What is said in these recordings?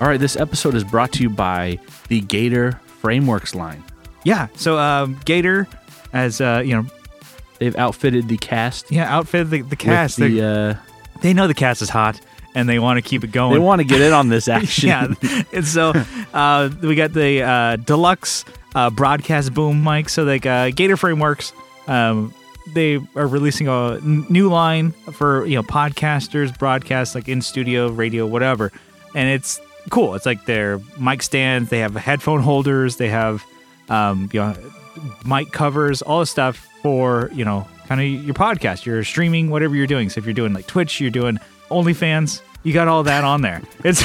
All right, this episode is brought to you by the Gator Frameworks line. Yeah. So um, Gator, as uh, you know, They've outfitted the cast. yeah, outfitted the, the cast. With They- the, uh, they know the cast is hot, and they want to keep it going. they want to get in on this action. yeah. and so uh, we got the uh, deluxe uh, broadcast boom mic. So like uh, Gator Frameworks, um, they are releasing a n- new line for you know podcasters, broadcasts like in studio, radio, whatever, and it's cool. It's like their mic stands. They have headphone holders. They have um, you know mic covers, all this stuff for you know kind of your podcast, your streaming, whatever you're doing. So if you're doing like Twitch, you're doing OnlyFans. You got all that on there. It's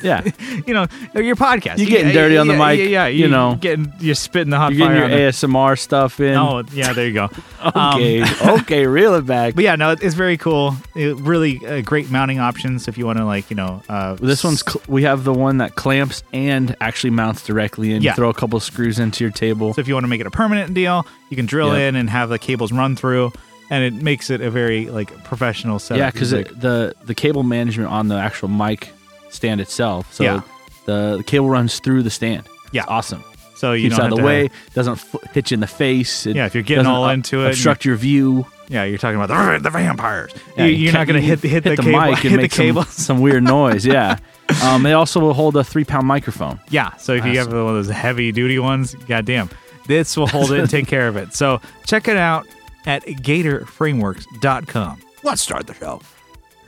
Yeah. you know, your podcast. You're getting dirty on the yeah, mic, Yeah, yeah, you know. getting you're spitting the hot You're fire. getting on your ASMR stuff in. the, oh, yeah, there you go. Um, okay. okay, reel it back. but yeah, no, it- it's very cool. It- really uh, great mounting options if you want to, like, you know, uh, This one's cl- we have the one that clamps and actually mounts directly in. You Yeah. Throw a couple screws into your table. So if you want to make it a permanent deal, you can drill Yeah. in and have the cables run through, and it makes it a very like professional setup. yeah, because It's like- the the cable management on the actual mic stand itself. So Yeah. the, the cable runs through the stand. Yeah. it's awesome. so you Keeps don't out of have the to way. have- Doesn't fl- hit you in the face. It Yeah, if you're getting doesn't all ob- into it and- obstruct your view. yeah, you're talking about the, the vampires. Yeah, you, you you're can't- not going to you hit hit, hit the, cable, mic and hit the make some, cables. some weird noise. Yeah, um, they also will hold a three pound microphone. Yeah. So if you have one of those heavy duty ones, goddamn, this will hold it and take care of it. So check it out at gatorframeworks.com. Let's start the show.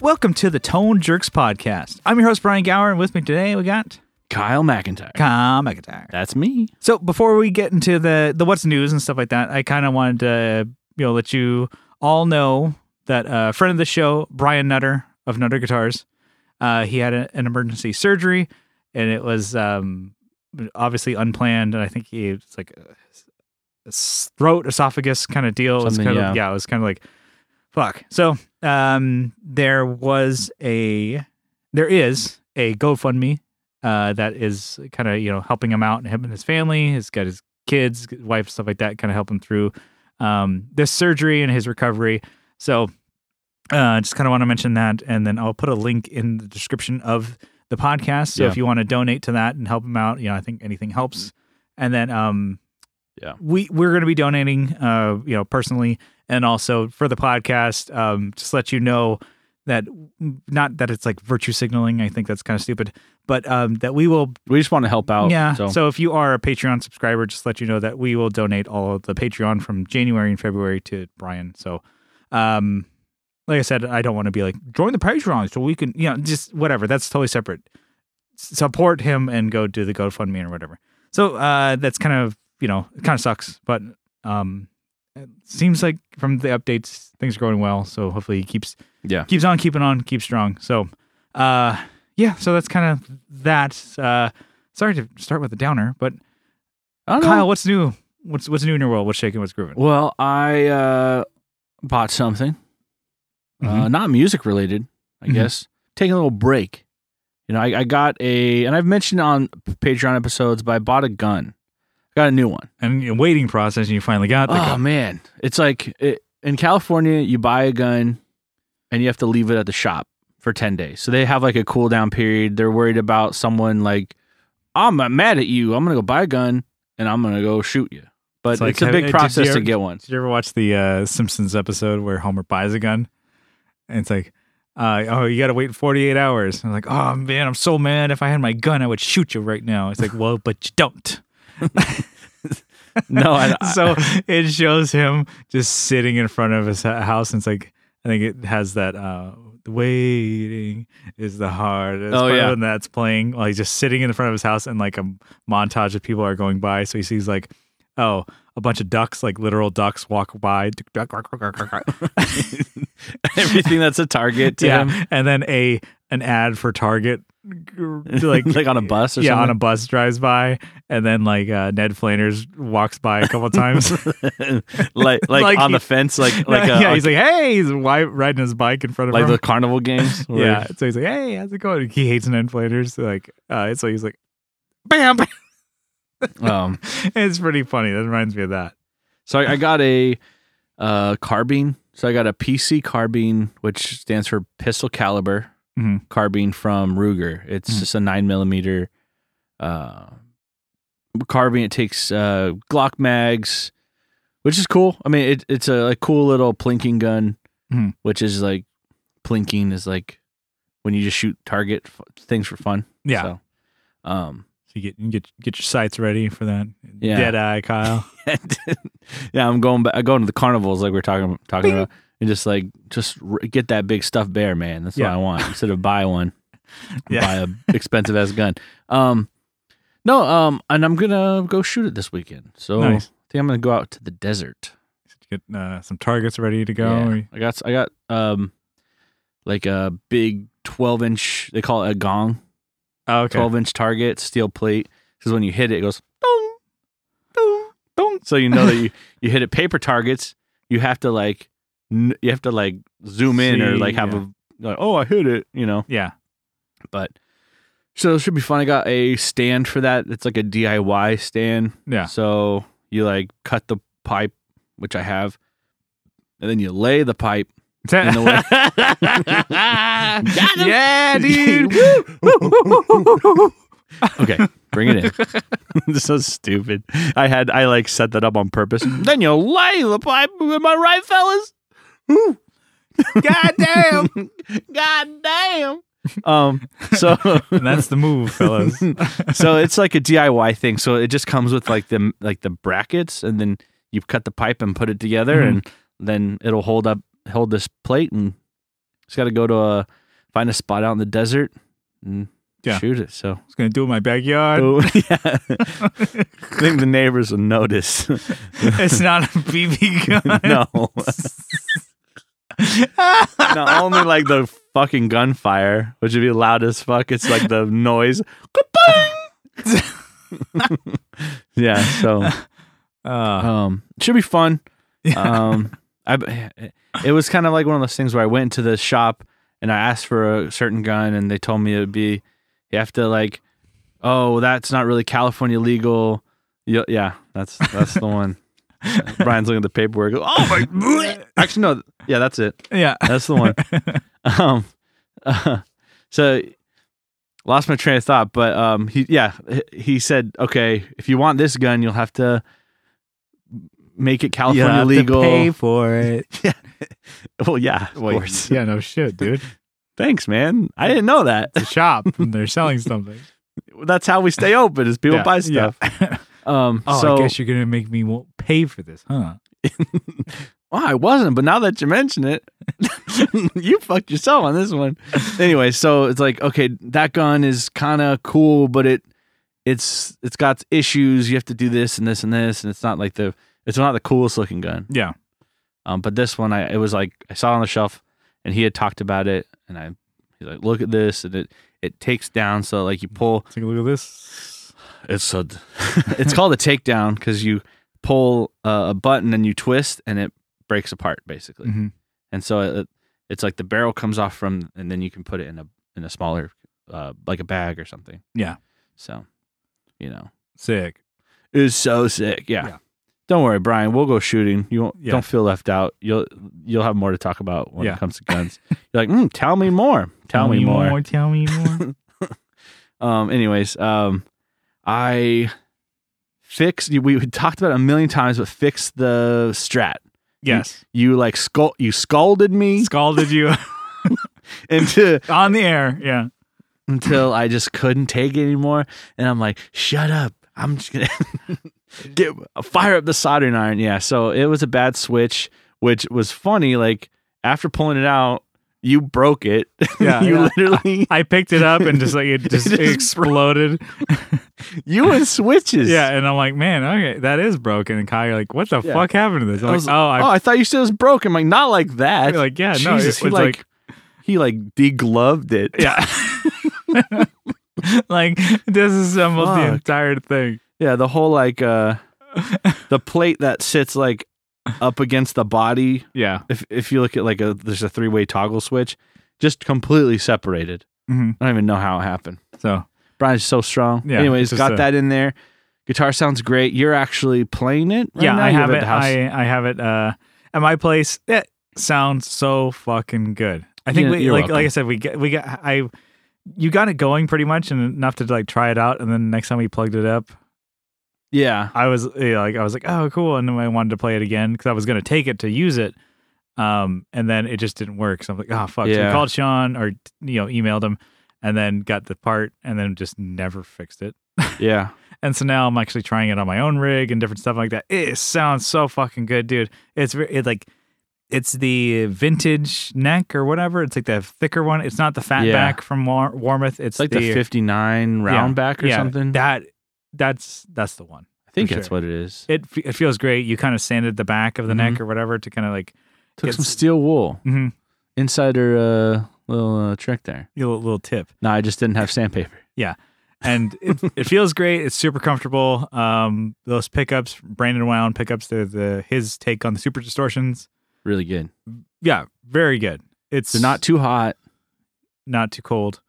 Welcome to the Tone Jerks Podcast. I'm your host, Brian Gower, and with me today we got Kyle McIntyre. Comic Attack. That's me. So before we get into the the what's news and stuff like that, I kind of wanted to you know let you all know that a friend of the show, Brian Nutter of Nutter Guitars, uh, he had a, an emergency surgery, and it was um, obviously unplanned, and I think he it's like a, a s- throat esophagus kind of deal. It was Something, kind of yeah. yeah, it was kind of like fuck. So um, there was a there is a GoFundMe uh, that is kind of you know helping him out and him and his family. He's got his kids, wife, stuff like that, kind of help him through um, this surgery and his recovery. So uh, just kind of want to mention that, and then I'll put a link in the description of the podcast. So Yeah. if you want to donate to that and help him out, you know I think anything helps. And then um, Mm-hmm. Yeah. we we're going to be donating, uh, you know, personally and also for the podcast. Um, just let you know that not that it's like virtue signaling. I think that's kind of stupid, but um, that we will We just want to help out. yeah. So, So. if you are a Patreon subscriber, just let you know that we will donate all of the Patreon from January and February to Brian. So, um, like I said, I don't want to be like join the Patreon so we can, you know, just whatever. That's totally separate. S- Support him and go do the GoFundMe or whatever. So uh, that's kind of you know, it kind of sucks, but um, it seems like from the updates things are going well. So hopefully he keeps yeah. keeps on keeping on, keep strong. So, uh, yeah, so that's kind of that. Uh, sorry to start with a downer, but I don't know. Kyle, what's new? What's what's new in your world? What's shaking? What's grooving? Well, I uh, bought something, uh, Mhm. not music related, I Mhm. guess. Taking a little break. You know, I, I got a, and I've mentioned on Patreon episodes, but I bought a gun. I got a new one. And your waiting process, and you finally got the oh gun. man, it's like it, in California, you buy a gun, and you have to leave it at the shop for ten days. So they have like a cool down period. They're worried about someone like, I'm mad at you. I'm gonna go buy a gun and I'm gonna go shoot you. But it's, It's like, a have- big did process you- to get one. Did you ever watch the uh, Simpsons episode where Homer buys a gun? And it's like, uh, oh, you got to wait 48 hours. And I'm like, oh, man, I'm so mad. If I had my gun, I would shoot you right now. It's like, well, but you don't. No, I, I- so it shows him just sitting in front of his ha- house and it's like i think it has that uh waiting is the hardest Oh, part yeah. when that's playing while he's just sitting in the front of his house and like a montage of people are going by so he sees like oh a bunch of ducks like literal ducks walk by duck, duck, duck, duck, duck, duck. everything that's a target to him. yeah and then a an ad for target like like on a bus or yeah, on a something. bus drives by, and then like uh, Ned Flanders walks by a couple times. like like, Like on he- the fence, like like yeah, uh, he's like, hey, he's wi- riding his bike in front of like him. the carnival games. where- yeah, so he's like, hey, how's it going? He hates Ned Flanders. so, Like, uh, so he's like, bam. bam. Um, it's pretty funny. That reminds me of that. so I, I got a uh, carbine. So I got a PC carbine, which stands for pistol caliber. Mhm. carbine from Ruger. It's Mm. just a nine millimeter uh, carbine. It takes uh, Glock mags, which is cool. I mean, it, it's a, like, cool little plinking gun, Mhm. which is like plinking is like when you just shoot target f- things for fun. Yeah. So, So, um, you get you get get your sights ready for that. Yeah. Dead eye, Kyle. yeah, I'm going back. I go to the carnivals like we are talking talking about, and just like just r- get that big stuffed bear, man. That's what Yeah. I want instead of buy one, Yeah. buy a expensive ass gun. Um, no, um, and I'm gonna go shoot it this weekend. So Nice. I think I'm gonna go out to the desert. Get uh, some targets ready to go. Yeah. Or- I got I got um, like a big 12 inch. They call it a gong, Oh, okay. 12 inch target, steel plate. Because when you hit it, it goes. Dong, dong, dong. so you know that you, you hit at paper targets you have to like n- you have to like zoom in or See, like have yeah. a like oh i hit it you know Yeah. but so it should be fun i got a stand for that it's like a diy stand Yeah. so you like cut the pipe which i have and then you lay the pipe in the way him. yeah, dude. okay bring it in so stupid i had i like set that up on purpose then you lay the pipe am i right fellas God damn. god damn um so And that's the move, fellas. so it's like a DIY thing. So it just comes with like the like the brackets, and then you cut the pipe and put it together, Mhm. and then it'll hold up hold this plate, and it's got to go to a find a spot out in the desert and Yeah. shoot it. So was gonna do it in my backyard. Oh, yeah, I think the neighbors will notice. It's not a BB gun. no, not only like the fucking gunfire, which would be loud as fuck. It's like the noise. yeah, so Uh, um should be fun yeah. um I, it was kind of like one of those things where i went to the shop and i asked for a certain gun and they told me it would be you have to like oh that's not really california legal Yo- yeah that's that's the one brian's looking at the paperwork oh my actually no yeah that's it yeah. that's the one um so lost my train of thought but um he yeah h- he said okay if you want this gun you'll have to make it You california have to legal pay for it. well yeah of Wait, course Yeah, no shit, dude. thanks man i didn't know that It's a shop and they're selling something. that's how we stay open is people Yeah, buy stuff yeah. um oh, so I guess you're gonna make me won't pay for this, huh? Well, I wasn't, but now that you mention it, you fucked yourself on this one. Anyway, so it's like, okay, that gun is kind of cool, but it it's it's got issues. You have to do this and this and this, and it's not like the it's not the coolest looking gun. Yeah. Um, but this one, I it was like I saw it on the shelf, and he had talked about it, and I he's like, look at this, and it it takes down. So like you pull, Take a look at this. it's a, it's called a takedown because you pull uh, a button and you twist, and it breaks apart basically Mhm. and so it, it's like the barrel comes off from and then you can put it in a in a smaller uh like a bag or something Yeah. so you know Sick. it's so sick yeah, Yeah. don't worry brian we'll go shooting you won't Yeah. don't feel left out you'll you'll have more to talk about when Yeah. it comes to guns you're like mm, tell me more tell, me, more. Tell me more. um anyways um i fixed we talked about it a million times but fix the strat yes. you like scald you scalded me Scalded you into on the air. Yeah. until I just couldn't take it anymore. And I'm like, shut up. I'm just gonna get fire up the soldering iron. Yeah. So it was a bad switch, which was funny. Like after pulling it out, you broke it. Yeah, you yeah. literally I picked it up and just like it just, just exploded. you and switches. Yeah, and I'm like, man, okay, that is broken. And Kyle, you're like, what the Yeah. fuck happened to this? I'm I like, was oh, I, oh, I thought you said it was broken. I'm like, not like that. like, yeah, no, it, Jesus, it's he like, he like degloved it. yeah, like this is almost the Fuck. entire thing. Yeah, the whole like uh the plate that sits like up against the body Yeah, if if you look at like a there's a three way toggle switch, just completely separated. Mhm. I don't even know how it happened. so Brian's so strong. Yeah, Anyways, just got a- that in there. Guitar sounds great. You're actually playing it. Right yeah, now? I You have it it. at the house. I I have it. Uh, at my place, it sounds so fucking good. I think Yeah, we you're like welcome. like I said we got, we got I you got it going pretty much and enough to like try it out and then next time we plugged it up Yeah. I was you know, like I was like oh cool and then I wanted to play it again because I was gonna take it to use it um and then it just didn't work so I'm like oh fuck so we Yeah. called Sean or you know emailed him and then got the part and then just never fixed it Yeah. and so now I'm actually trying it on my own rig and different stuff like that. It sounds so fucking good, dude. It's re- it like it's the vintage neck or whatever. It's like the thicker one. It's not the fat Yeah. back from War- Warmouth. It's It's like the, 59 round back or yeah, something. That that's that's the one. I think for that's sure. what it is. It f- it feels great. You kind of sanded the back of the Mm-hmm. neck or whatever to kind of like Took some it's- steel wool. mhm, Insider uh, little uh, trick there. your little, little tip. No, I just didn't have sandpaper. and it, it feels great. It's super comfortable. Um, those pickups, Brandon Wound pickups, the the his take on the super distortions. Really good. Yeah, very good. It's They're not too hot. not too cold,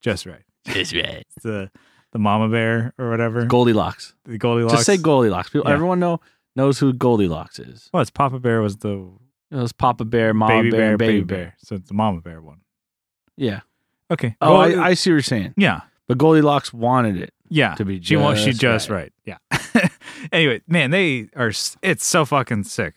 just right. Just right. It's the the mama bear or whatever. Goldilocks. the Goldilocks. Just say Goldilocks. People, Yeah. Everyone know knows who Goldilocks is. Well, it's Papa Bear was the It was Papa Bear, Mama baby Bear, bear, and baby, Baby bear. So it's the mama bear one. Yeah. Okay. Oh, Well, I, I see what you're saying. yeah, But Goldilocks wanted it yeah. to be. she was she just just right. right. Yeah. anyway, man, they are. s- It's so fucking sick.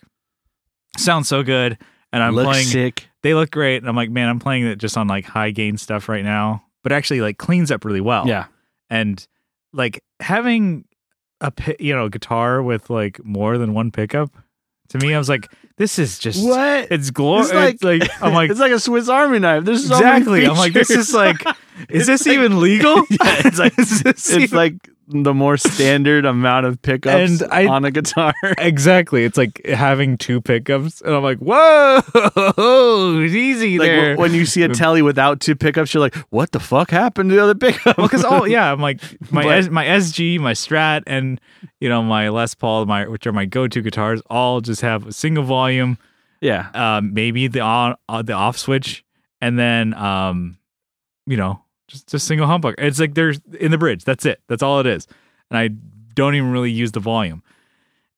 Sounds so good, and I'm Looks playing. sick. They look great, and I'm like, man, I'm playing it just on like high gain stuff right now, but actually like cleans up really well. Yeah. and like having a pi- you know guitar with like more than one pickup to me i was like this is just What? it's glorious It's like- like, i'm like it's like a Swiss Army knife. There's so many exactly i'm like this is features. like is this even legal Yeah, it's like- Is this it's even- like the more standard amount of pickups And I- on a guitar. exactly it's like having two pickups and i'm like whoa it's easy like there w- when you see a telly without two pickups, you're like, "What the fuck happened to the other pickup?" well, because all yeah, I'm like my But- S, my SG, my Strat, and you know my Les Paul, my which are my go-to guitars, all just have a single volume, yeah, um, maybe the on uh, the off switch, and then um, you know, just just single humbucker. It's like there's in the bridge. That's it. That's all it is. And I don't even really use the volume.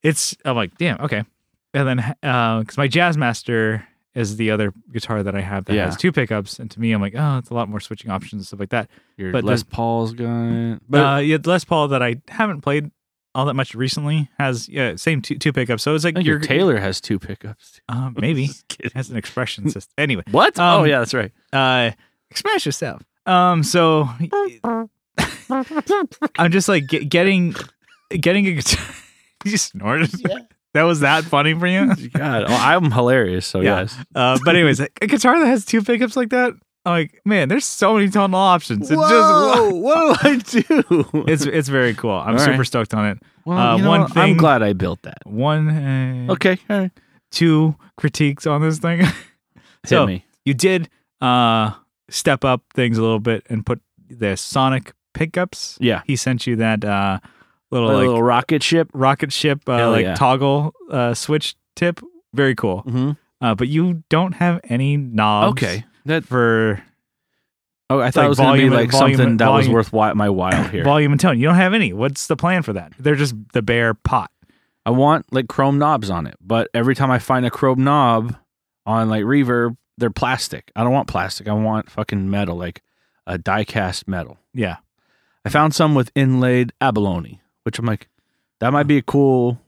It's I'm like damn okay, and then because my Jazzmaster is the other guitar that I have that Yeah. has two pickups, and to me I'm like oh it's a lot more switching options and stuff like that. your but Les the- Paul's gun, But uh, yeah, Les Paul that I haven't played all that much recently has yeah same two, two pickups. So it's I like think your your Taylor has two pickups. uh, maybe Just kidding. has an expression system. Anyway, What? oh Um, yeah, that's right. uh, express yourself. Um, so I'm just like get, getting getting a guitar. you snorted. That was that funny for you. God, oh, I'm hilarious. So Yeah. yes, Uh, but anyways, a guitar that has two pickups like that. I'm like, man, there's so many tonal options. It's just what do I do? it's it's very cool. I'm All super right. stoked on it. well, uh, you know one what? thing- I'm glad I built that. One uh, Okay, all right. two critiques on this thing. hit So- me. you did uh step up things a little bit and put the sonic pickups. Yeah, He sent you that uh little a like little rocket ship. rocket ship uh, Hell like yeah. toggle uh switch tip. Very cool. Mm-hmm. Uh but you don't have any knobs Okay, that for Oh, I thought like it was going to be volume- like volume- something that was volume- worth whi- my while here. volume and tone. You don't have any. What's the plan for that? They're just the bare pot. I want like chrome knobs on it, but every time I find a chrome knob on like reverb, they're plastic. I don't want plastic. I want fucking metal, like a die cast metal. Yeah. I found some with inlaid abalone, which I'm like, that might be a cool,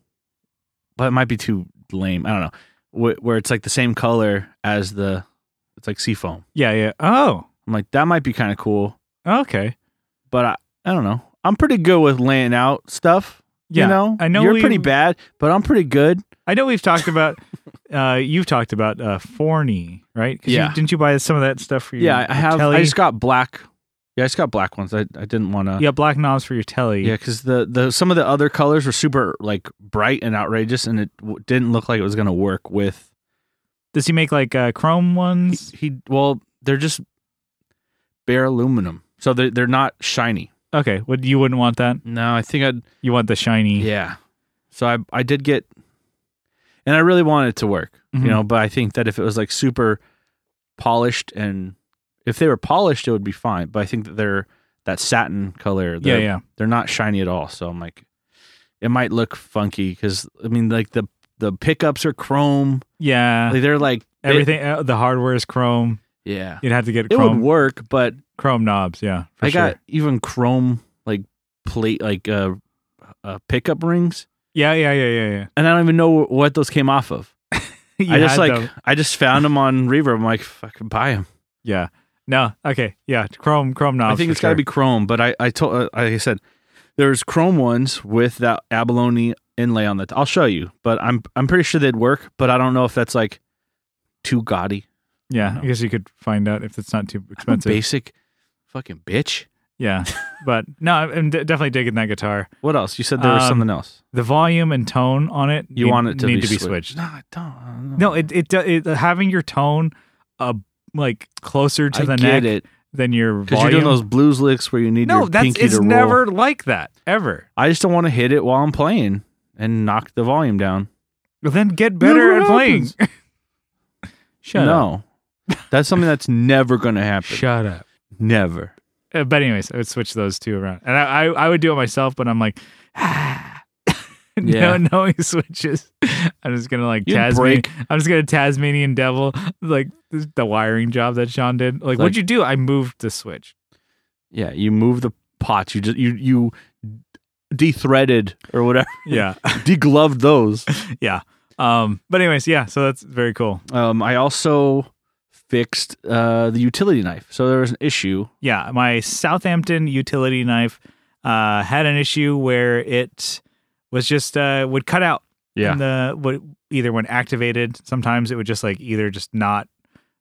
but it might be too lame. I don't know. Wh- Where it's like the same color as the, it's like seafoam. Yeah, yeah. Oh, I'm like, that might be kind of cool, okay. but I, I don't know. I'm pretty good with laying out stuff. Yeah. you know, I know you're we- pretty bad, but I'm pretty good. I know we've talked about uh you've talked about uh Forney, right? 'Cause you- Yeah. didn't you buy some of that stuff for your Yeah, I- I your have. telly? I just got black. Yeah, I just got black ones. I, I didn't want to. yeah, black knobs for your telly. Yeah, because the, the some of the other colors were super like bright and outrageous, and it w- didn't look like it was gonna work with. Does he make like uh, chrome He, ones? he well, they're just bare aluminum, so they they're not shiny. Okay, would you wouldn't want that? No, I think I'd You want the shiny? yeah. So I I did get, and I really wanted it to work, Mhm. you know. But I think that if it was like super polished and if they were polished, it would be fine. But I think that they're that satin color, yeah, the- yeah. they're not shiny at all. So I'm like, it might look funky because I mean, like the the pickups are chrome. Yeah. Like they're like Everything. uh, the hardware is chrome. Yeah. You'd have to get It would chrome work, but chrome knobs. Yeah, for I sure. got even chrome like plate like uh, uh pickup rings, yeah, yeah, yeah, yeah, yeah. and I don't even know what those came off of. You I just had like them. I just found them on Reverb. I'm like, fucking buy them. yeah. No, okay, yeah. Chrome chrome knobs. I think for it's got to sure. be chrome, but I I told uh, like I said there's chrome ones with that abalone inlay on the. T- I'll show you, but I'm I'm pretty sure they'd work, but I don't know if that's like too gaudy. Yeah, No. I guess you could find out if it's not too I'm a expensive. basic fucking bitch. Yeah, but no, I'm d- definitely digging that guitar. What else? You said there was Um, something else. The volume and tone on it. You need- want it to need be to be switched. switched. No, I don't. I don't know. No, it, it do- it having your tone, uh, like closer to I the get neck it than your because volume. you're doing those blues licks where you need no, your that's pinky it's to roll. never like that ever. I just don't want to hit it while I'm playing and knock the volume down. Well, then get better Never at playing. happens. Shut up. no, that's something that's never going to happen. Shut up. never. Uh, but anyways, I would switch those two around, and I I, I would do it myself, but I'm like. Ah. Yeah. No, no switches. I'm just gonna like You Tasmanian. break. I'm just gonna Tasmanian devil like this- the wiring job that Sean did. Like, what'd Like- you do? I moved the switch. Yeah, you move the pots. You just you you de-threaded or whatever, Yeah, degloved those. yeah. Um, but anyways, yeah. So that's very cool. Um, I also fixed uh the utility knife. So there was an issue. Yeah, my Southampton utility knife uh, had an issue where it was just uh, would cut out. in the what either when activated, sometimes it would just like either just not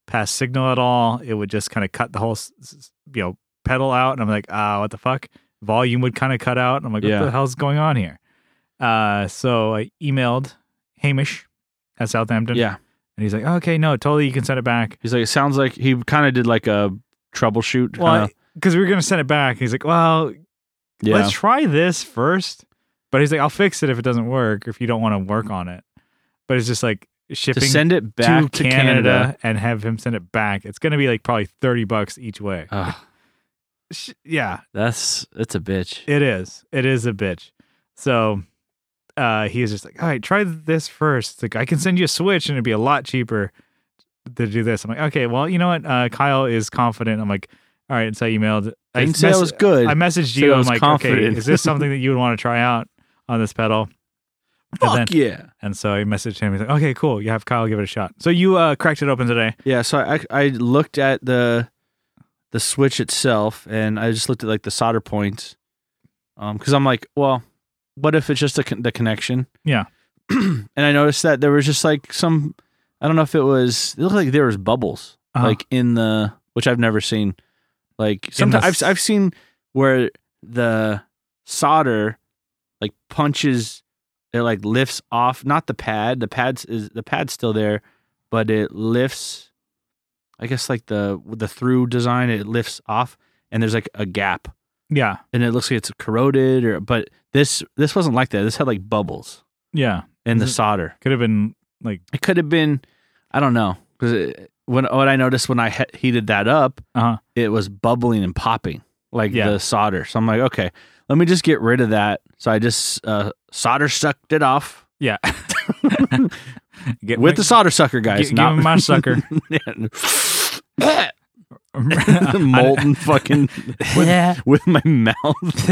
pass signal at all. It would just kind of cut the whole s- s- you know pedal out, and I'm like, ah, what the fuck? Volume would kind of cut out, and I'm like, Yeah. what the hell's going on here? Uh, so I emailed Hamish at Southampton, yeah. and he's like, okay, no, totally, you can send it back. He's like, it sounds like he kind of did like a troubleshoot. Well, kinda- because we were gonna send it back, he's like, well, yeah. let's try this first. But he's like, I'll fix it if it doesn't work, if you don't want to work on it. But it's just like to shipping send it back to Canada. and have him send it back. It's gonna be like probably thirty bucks each way. Ugh, Sh- yeah, Ah, that's that's a bitch. it is. It is a bitch. So uh, he was just like, all right, try this first. Like I can send you a switch and it'd be a lot cheaper to do this. I'm like, okay, well, you know what? Uh, Kyle is confident. I'm like, all right. So I emailed. I Didn't say I mess- was good. I messaged Said you. I I'm was like, confident. okay, is this something that you would want to try out on this pedal? Fuck and, then, yeah. and so I messaged him. He's like, okay, cool. You have Kyle give it a shot. So you uh, cracked it open today. Yeah, so I I looked at the the switch itself, and I just looked at like the solder points, um, because I'm like, well, what if it's just the con- the connection? Yeah. and I noticed that there was just like some, I don't know if it was, it looked like there was bubbles Uh-huh. like in the which I've never seen. Like sometimes s- I've I've seen where the solder like punches it like lifts off not the pad the pads is the pad's still there but it lifts I guess like the with the through design it lifts off and there's like a gap Yeah. and it looks like it's corroded or but this this wasn't like that this had like bubbles Yeah. in the Is it- solder Could have been like, it could have been i don't know because when what i noticed when i he- heated that up Uh-huh. it was bubbling and popping like Yeah. the solder so i'm like okay let me just get rid of that so i just uh, solder sucked it off yeah. Get with my- the solder sucker guys gi- give him my sucker. molten fucking Yeah. with my mouth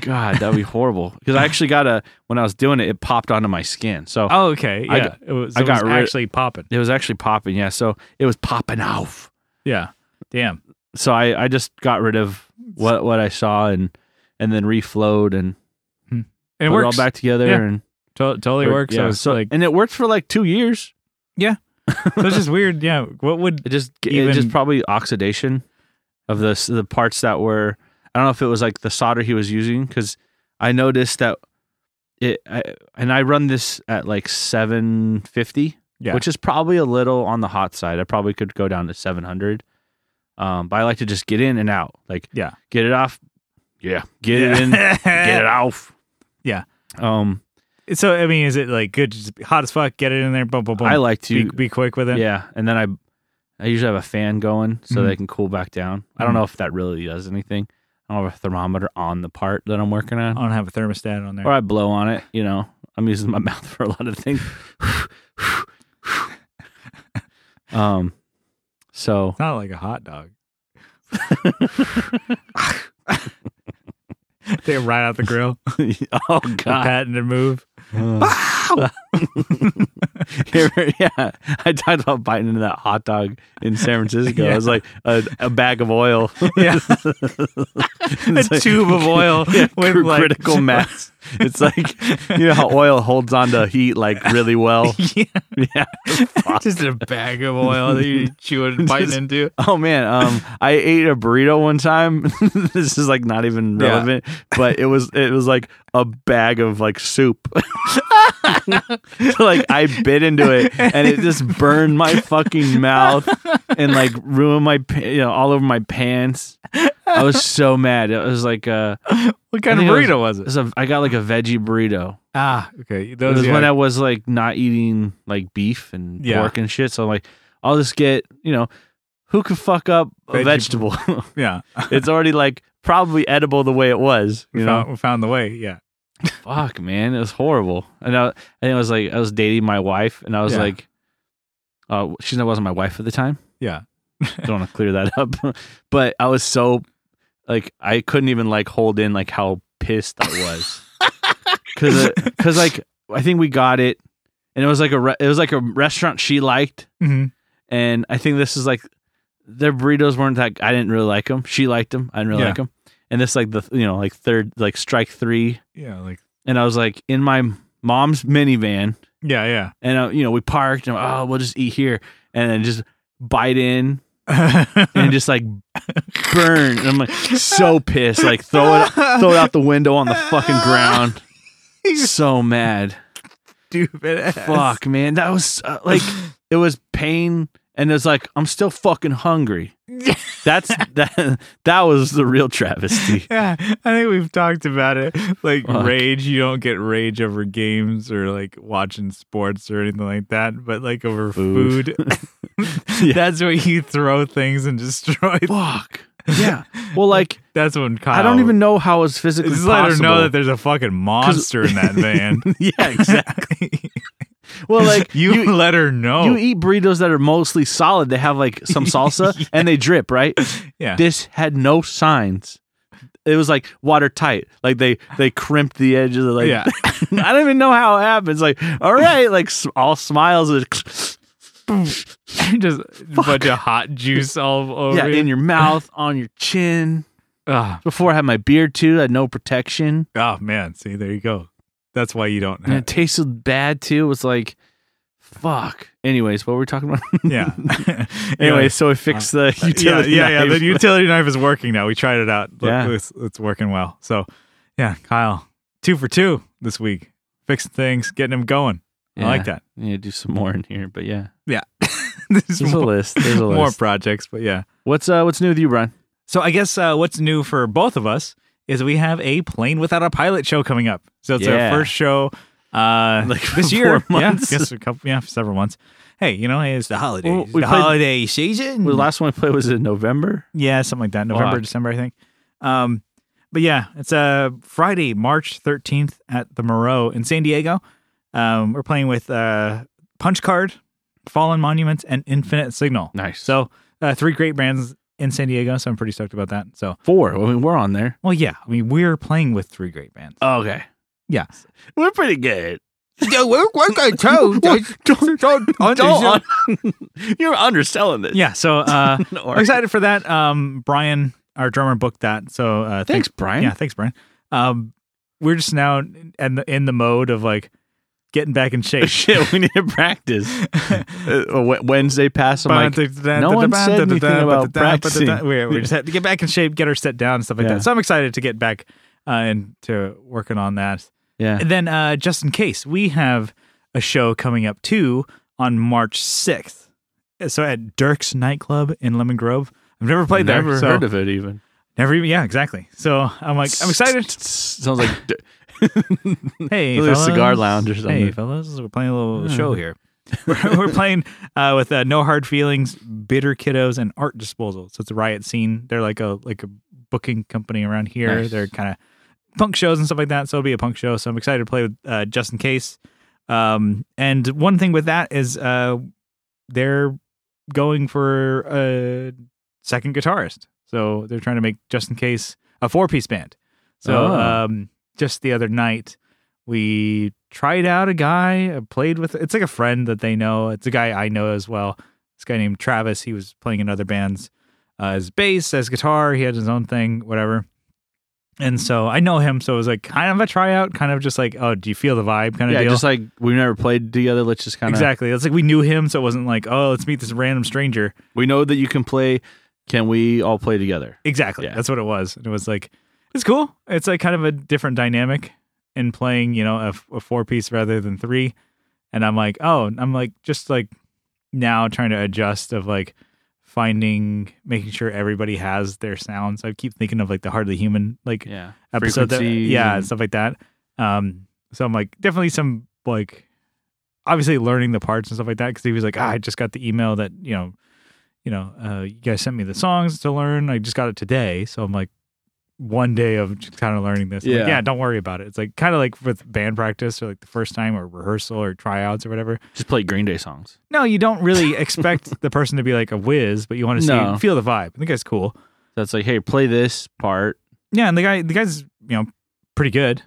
god that would be horrible because i actually got a when i was doing it it popped onto my skin so oh, okay. Yeah. I got- it was, I it got was rid- actually popping. it was actually popping yeah so it was popping off Yeah. Damn. so I, I just got rid of what what I saw and and then reflowed and And it put works. it all back together Yeah. and To- totally works. yeah. So it's So- like, and it worked for like two years. so it's just weird. Yeah. What would, It just Even- it just probably oxidation of the s- the parts that were I don't know if it was like the solder he was using because I noticed that it I, and I run this at like seven fifty yeah. which is probably a little on the hot side. I probably could go down to 700. Um, but I like to just get in and out. Like, Yeah. get it off. Yeah, get it in, get it off. Yeah. Um, So, I mean, is it like good? Just be hot as fuck. Get it in there. Boom, boom, boom. I like be, to. be quick with it. yeah, and then Mm-hmm. I, I usually have a fan going so Mhm. they can cool back down. I don't Mhm. know if that really does anything. I don't have a thermometer on the part that I'm working on, I don't have a thermostat on there. or I blow on it. You know, I'm using my mouth for a lot of things. um, So Not like a hot dog. they right out the grill. oh A god. patented move. You ever- yeah, I talked about biting into that hot dog in San Francisco. It was like a, a bag of oil, Yeah. a It's like- tube of oil Yeah, with cr- like critical mass. It's like you know how oil holds on to heat like really well. yeah, Yeah. just a bag of oil that you chew and bite Just- into. Oh man, um, I ate a burrito one time. this is like not even Yeah. relevant, but it was it was like a bag of like soup. so, like I bit into it, and it just burned my fucking mouth and like ruined my pa- you know all over my pants. I was so mad. It was like uh, What kind I of think it burrito was it it? was a I got like a veggie burrito. Ah, okay. It Those was yeah, when I was like not eating like beef and Yeah. pork and shit. So I'm like, I'll just get you know, who could fuck up a Veggie- vegetable? yeah. it's already like probably edible the way it was. We You know, found, we found the way. Yeah. fuck man, it was horrible. And I, I think I was like, I was dating my wife, and I was Yeah. like, uh, she wasn't my wife at the time. Yeah. Don't want to clear that up, but I was so like I couldn't even like hold in like how pissed I was because because like I think we got it, and it was like a re- it was like a restaurant she liked, Mm-hmm. and I think this is like their burritos weren't that I didn't really like them. She liked them. I didn't really Yeah. like 'em. like them. And this like the you know like third like strike three, Yeah. Like. and I was like in my mom's minivan, Yeah. and uh, you know we parked and oh we'll just eat here, and then just bite in Yeah. and just like burn. And I'm like so pissed, like throw it throw it out the window on the fucking ground. So mad. Stupid ass. Fuck man, that was uh, like it was pain, and it's like I'm still fucking hungry. That's that. That was the real travesty. Yeah, I think we've talked about it. Like Fuck. rage, you don't get rage over games or like watching sports or anything like that, but like over Food. food. That's what you throw things and destroy. Fuck. Yeah. Well, like That's when Kyle. I don't even know how it's physically just let her possible. know that there's a fucking monster in that van. yeah. Exactly. Well, like you, you. let her know. you eat burritos that are mostly solid. They have like some salsa and they drip, right? yeah, This had no signs. It was like watertight. Like they they crimped the edge of the like. yeah. I don't even know how it happens. Like all right, like s- all smiles. and just a bunch of hot juice all over. yeah, you. in your mouth, on your chin. Ugh. Before I had my beard too, I had no protection. oh man, see there you go. That's why you don't. And Have, it tasted bad too. It was like, fuck. Anyways, what were we talking about? yeah. anyway, so we fixed the utility. yeah, yeah, yeah. knife. The utility knife is working now. We tried it out. Look, Yeah. it's, it's working well. So, yeah, Kyle, two for two this week, fixing things, getting them going. Yeah. I like that. I need to do some more in here, but yeah. There's There's a more, list. There's a list. more projects, but yeah. What's uh what's new with you, Brian? So I guess uh, what's new for both of us is we have a plane without a pilot show coming up. So it's Yeah. our first show uh, Like this four year. months. Yeah, I guess a couple, yeah, several months. Hey, you know, hey, it's the holidays. Well, It's we the played- holiday season. The last one I played was in November. Yeah, something like that. November, Fuck. December, I think. Um, but yeah, it's uh, Friday, March 13th at the Moreau in San Diego. Um, we're playing with uh, Punch Card, Fallen Monuments, and Infinite Signal. Nice. So So uh, three great brands in San Diego. So I'm pretty stoked about that. So, four. I mean, we're on there. well, yeah, I mean, we're playing with three great bands. Okay. Yeah. We're pretty good. we're, we're going to. Don't, undersell- un- You're underselling this. yeah, so uh, Or- we're excited for that. Um, Brian, our drummer, booked that. So uh, Thanks, Brian. Yeah, thanks, Brian. Um, we're just now in the, in the mode of like getting back in shape. Shit, we need to practice. Uh, Wed- Wednesday pass. I'm like, no one said anything about practicing. We, we just had to get back in shape, get our set down, and stuff like Yeah. that. So I'm excited to get back uh, into working on that. yeah. And then, uh, just in case, we have a show coming up too on March 6th. So at Dirk's nightclub in Lemon Grove. I've never played there. Never so- heard of it even. Never even. Yeah, exactly. So I'm like, I'm excited. Sounds like d- Hey, Like a cigar fellas. lounge or something. Hey, fellas, we're playing a little show here. we're, we're playing uh, with uh, No Hard Feelings, Bitter Kiddos, and Art Disposal. So it's a riot scene. They're like a like a booking company around here. Nice. They're kind of punk shows and stuff like that. So it'll be a punk show. So I'm excited to play with uh, Just in Case. Um, and one thing with that is uh, they're going for a second guitarist. So they're trying to make Just in Case a four piece band. So Oh. um, just the other night, we tried out a guy, I played with, it's like a friend that they know. It's a guy I know as well. This guy named Travis, he was playing in other bands uh, as bass, as guitar. He had his own thing, whatever. And so I know him. So it was like kind of a tryout, kind of just like, oh, do you feel the vibe kind of yeah, deal? just like we've never played together. Let's just kind of Exactly. It's like we knew him, so it wasn't like, oh, let's meet this random stranger. We know that you can play. Can we all play together? Exactly. Yeah. That's what it was. It was like, it's cool. It's like kind of a different dynamic in playing, you know, a, a four piece rather than three. And I'm like, oh, I'm like, just like now trying to adjust of like finding, making sure everybody has their sounds. I keep thinking of like the Hardly Human, like Yeah. episode that, Frequencies yeah and- stuff like that um so i'm like definitely some like obviously learning the parts and stuff like that because he was like ah, i just got the email that you know you know uh you guys sent me the songs to learn i just got it today so i'm like one day of just kind of learning this I'm like, Yeah. yeah don't worry about it it's like kind of like with band practice or like the first time or rehearsal or tryouts or whatever Just play Green Day songs. no you don't really expect the person to be like a whiz but you want to see No. feel the vibe i think that's cool That's like, hey, play this part. yeah, and the guy, the guy's you know pretty good,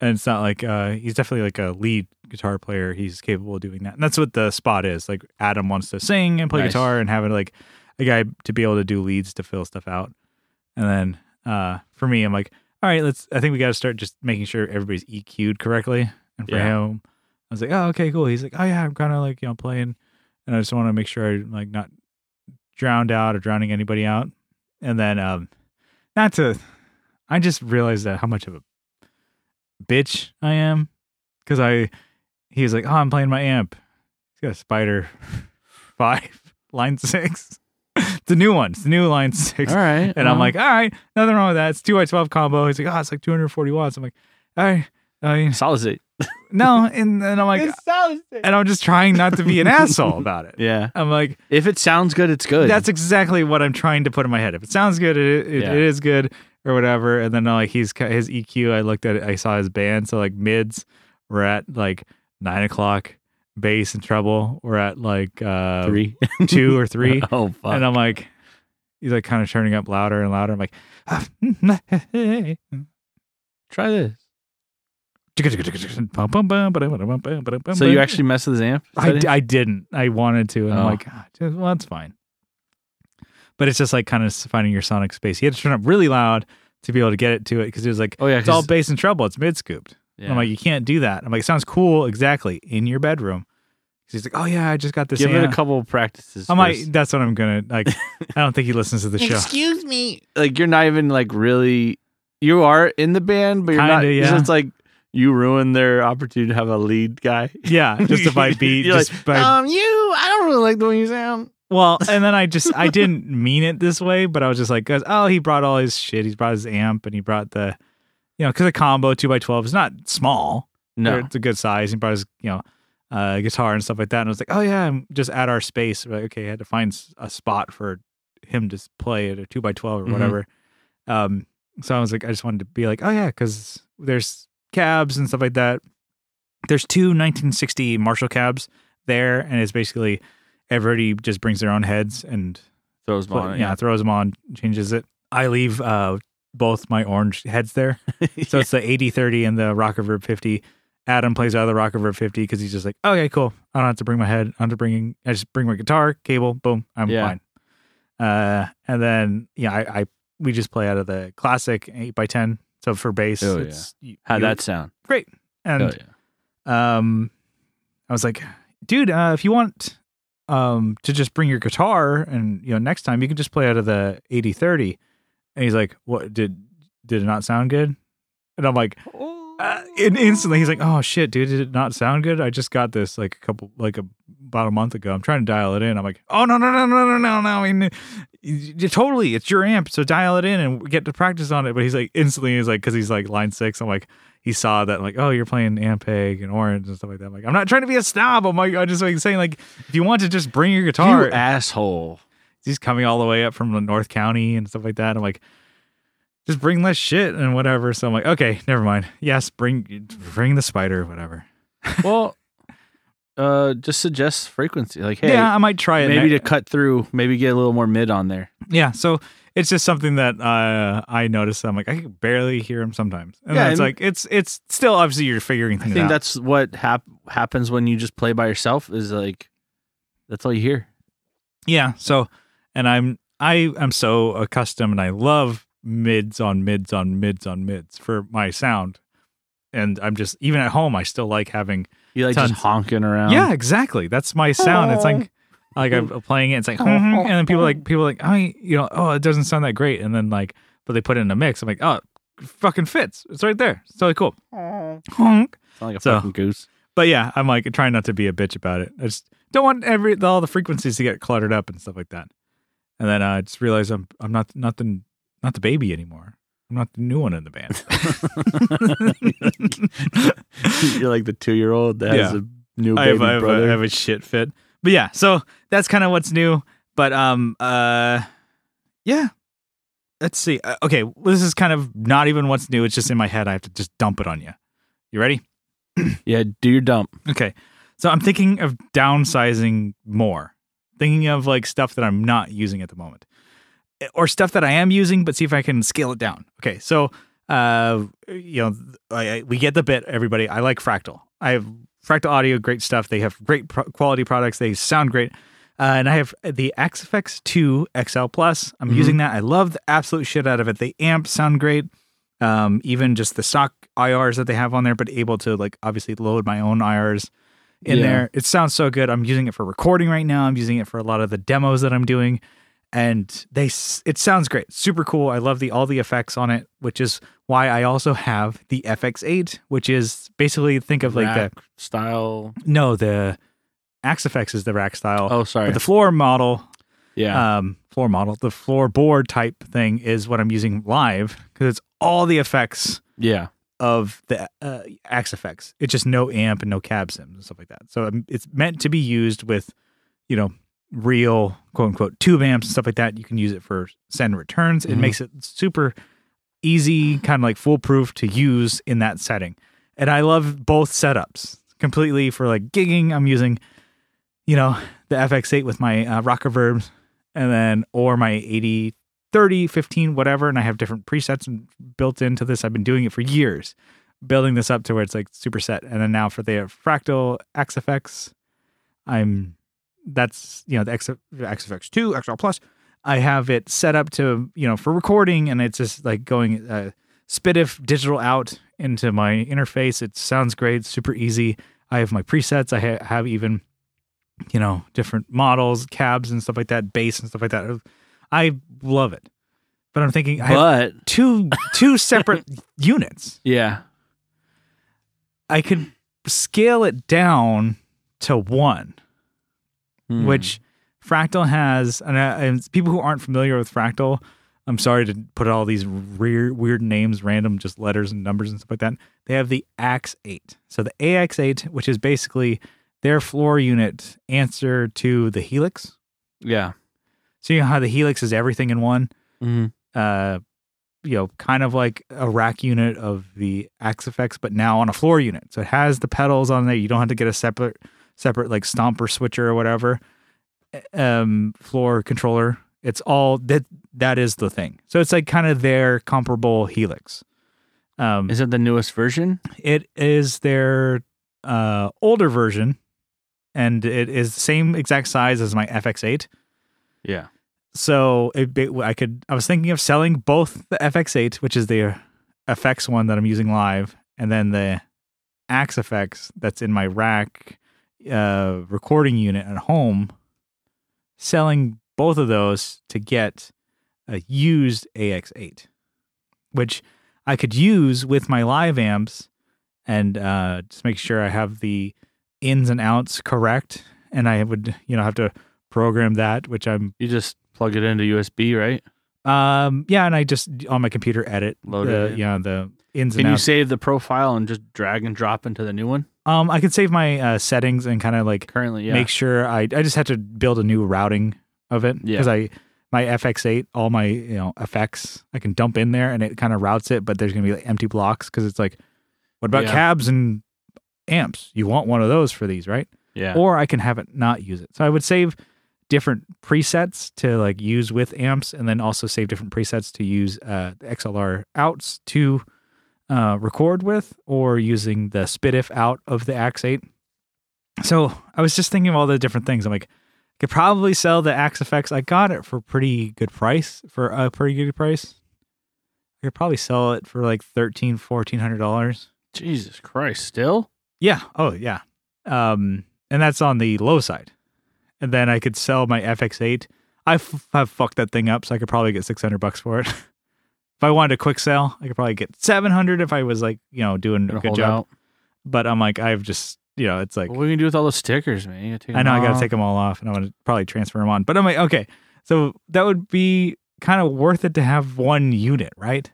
and it's not like uh, he's definitely like a lead guitar player. He's capable of doing that, and that's what the spot is. Like Adam wants to sing and play Nice. guitar, and having like a guy to be able to do leads to fill stuff out. And then uh, for me, I'm like, all right, let's. I think we got to start just making sure everybody's EQ'd correctly. And for Yeah. him, I was like, oh, okay, cool. He's like, oh yeah, I'm kind of like you know playing, and I just want to make sure I'm like not drowned out or drowning anybody out. And then, um, not to, I just realized that how much of a bitch I am, because I, he was like, oh, I'm playing my amp. He's got a Spider Five Line Six. it's a new one. It's the new Line Six. All right. uh-huh. And I'm well, like, all right, nothing wrong with that. It's two by twelve combo. He's like, oh, it's like 240 watts. I'm like, all right, I mean, solid. no, and and I'm like, and I'm just trying not to be an asshole about it. Yeah. I'm like, If it sounds good, it's good. that's exactly what I'm trying to put in my head. If it sounds good, it, it, Yeah. it is good or whatever. And then like he's ca- his EQ. I looked at it. I saw his band. So like mids were at like nine o'clock. Bass and treble were at like uh, three. two or three. oh fuck. And I'm like, he's like kind of turning up louder and louder. I'm like, Try this. So so you actually mess with his amp? I, setting? d- I didn't. I wanted to, and I'm Oh. like, "Ah, just- well, that's fine. But it's just like kind of finding your sonic space. You had to turn up really loud to be able to get it to it because it was like, oh yeah. it's all 'cause- bass and treble. It's mid scooped. yeah. I'm like, you can't do that. I'm like, it sounds cool, exactly in your bedroom. 'Cause He's like, oh yeah, I just got this. give it a amp." couple of practices. I'm like, first. that's what I'm gonna like. I don't think he listens to the show. Excuse me. Like you're not even like really. You are in the band, but you're Kinda, not. yeah. It's just like you ruin their opportunity to have a lead guy. Yeah, just if I beat, You're just like, by um, you. I don't really like the way you sound. Well, and then I just I didn't mean it this way, but I was just like, 'cause, oh, he brought all his shit. He's brought his amp, and he brought the, you know, because a combo two by twelve is not small. No, it's a good size. He brought his, you know, uh, guitar and stuff like that. And I was like, oh yeah, I'm just at our space. We're Like, okay, I had to find s- a spot for him to s- play at a two by twelve or Mhm. whatever. Um, so I was like, I just wanted to be like, oh yeah, because there's cabs and stuff like that. There's two 1960 Marshall cabs there, and it's basically everybody just brings their own heads and throws them put- on. yeah, Yeah, throws them on, changes it. I leave uh, both my orange heads there. So it's the 80 30 and the Rock of Verb 50. Adam plays out of the Rock of Verb 50 because he's just like, okay, cool. I don't have to bring my head. I'm just bringing, I just bring my guitar, cable, boom, I'm Yeah. fine. Uh, and then, yeah, I, I, we just play out of the classic 8 by 10 So for bass, Oh, yeah. it's, you- How'd you- that sound? great. And oh, yeah. um i was like dude uh, if you want um to just bring your guitar and you know next time you can just play out of the 8030 and he's like what did did it not sound good and i'm like uh, and instantly he's like oh shit dude did it not sound good i just got this like a couple like a, about a month ago i'm trying to dial it in i'm like oh no no no no no no no i mean you- you- totally it's your amp so dial it in and get to practice on it but he's like instantly he's like because he's like line six i'm like he saw that like oh you're playing Ampeg and Orange and stuff like that. I'm like I'm not trying to be a snob. I'm like I'm just like saying like if you want to just bring your guitar. You asshole. He's coming all the way up from North County and stuff like that. I'm like just bring less shit and whatever. So I'm like okay, never mind. Yes, bring bring the spider whatever. well, uh, just suggest frequency. Like, hey, yeah, I might try it. maybe ne- to cut through, maybe get a little more mid on there. yeah. So it's just something that uh, I noticed. I'm like, I can barely hear him sometimes. And Yeah, yeah, it's and- like it's it's still obviously you're figuring I things think out. that's what hap- happens when you just play by yourself. Is like, that's all you hear. yeah. So and I'm I am so accustomed and I love mids on mids on mids on mids for my sound. And I'm just even at home I still like having You like Tons. just honking around. Yeah, exactly. That's my sound. It's like like I'm playing it. It's like, and then people like people like, oh, you know, oh, it doesn't sound that great. And then like, but they put it in a mix. I'm like, oh, it fucking fits. It's right there. It's totally cool. Uh, Honk. sound like a So- fucking goose. But yeah, I'm like trying not to be a bitch about it. I just don't want every all the frequencies to get cluttered up and stuff like that. And then uh, I just realize I'm I'm not not the not the baby anymore. I'm not the new one in the band. You're like the two year old that has Yeah. a new I baby have, I, have, brother. I have a shit fit. But yeah, so that's kind of what's new. But um, uh, yeah. Let's see. Uh, okay, well, this is kind of not even what's new. It's just in my head. I have to just dump it on you. You ready? yeah, do your dump. Okay. So I'm thinking of downsizing more. Thinking of like stuff that I'm not using at the moment, or stuff that I am using, but see if I can scale it down. Okay. So, uh, you know, I, I, we get the bit, everybody. I like Fractal. I have Fractal Audio, great stuff. They have great pro- quality products. They sound great. Uh, and I have the XFX 2 XL Plus. I'm Mhm. using that. I love the absolute shit out of it. The amps sound great um, even just the stock IRs that they have on there, but able to like obviously load my own IRs in Yeah. there. It sounds so good. I'm using it for recording right now. I'm using it for a lot of the demos that I'm doing, and they s- it sounds great, super cool. I love the all the effects on it, which is why I also have the FX8, which is basically think of like Rack style. the no the Axe FX is the rack style, Oh, sorry. but the floor model yeah. um, floor model, the floorboard type thing is what I'm using live because it's all the effects yeah. of the uh, Axe effects. It's just no amp and no cab sims and stuff like that. So um, it's meant to be used with, you know, real quote unquote tube amps and stuff like that. You can use it for send and returns. It Mhm. makes it super easy, kind of like foolproof to use in that setting. And I love both setups completely for like gigging. I'm using, you know, the FX8 with my uh, Rocker Verbs and then, or my 80, 30, 15, whatever. And I have different presets and built into this. I've been doing it for years, building this up to where it's like super set. And then now for the fractal XFX, I'm that's you know the X, XFX two XL plus. I have it set up to you know for recording, and it's just like going uh, spitif digital out into my interface. It sounds great, super easy. I have my presets. I ha- have even you know different models, cabs and stuff like that, bass and stuff like that. I love it, but I'm thinking I have But two two separate units. yeah, I could scale it down to one. Hmm. which Fractal has, and, I, and people who aren't familiar with Fractal, I'm sorry to put all these weird, weird names, random just letters and numbers and stuff like that. They have the Axe 8. So the AX8, which is basically their floor unit answer to the Helix. yeah. So you know how the Helix is everything in one? Mhm. uh, you know, kind of like a rack unit of the Axe effects, but now on a floor unit. So it has the pedals on there. You don't have to get a separate, separate like stomper switcher or whatever, um, floor controller. It's all that that is the thing. So it's like kind of their comparable Helix. Um, Is it the newest version? it is their uh, older version, and it is the same exact size as my FX8 Yeah. so it, it, I could I was thinking of selling both the FX8, which is the FX one that I'm using live, and then the Axe FX that's in my rack uh, recording unit at home. Selling both of those to get a used AX8, which I could use with my live amps and uh, just make sure I have the ins and outs correct. And I would, you know, have to program that, which I'm You just plug it into USB, right? um, yeah, and I just on my computer edit Load the it in. yeah the ins Can and you outs. save the profile and just drag and drop into the new one? um, I could save my uh, settings and kind of like Currently, yeah. make sure I I just had to build a new routing of it Yeah. because I my FX8 all my you know effects I can dump in there and it kind of routes it, but there's gonna be like empty blocks because it's like what about Yeah. cabs and amps? You want one of those for these, right? Yeah. or I can have it not use it. So I would save different presets to like use with amps, and then also save different presets to use uh, the XLR outs to uh, record with, or using the SPDIF out of the Axe Eight. So I was just thinking of all the different things. I'm like, I could probably sell the Axe Effects. I got it for pretty good price for a pretty good price. I could probably sell it for like thirteen, fourteen hundred dollars. Jesus Christ, still? Yeah. Oh, yeah. Um, and that's on the low side. And then I could sell my FX8. I f- I've fucked that thing up, so I could probably get 600 bucks for it. if I wanted a quick sale, I could probably get 700 if I was like, you know, doing a Gonna good hold job. out. But I'm like, I've just, you know, it's like, What are we gonna do with all those stickers, man? You gotta take I know I them got to off. take them all off and I'm going to probably transfer them on. But I'm like, okay. So that would be kind of worth it to have one unit, right?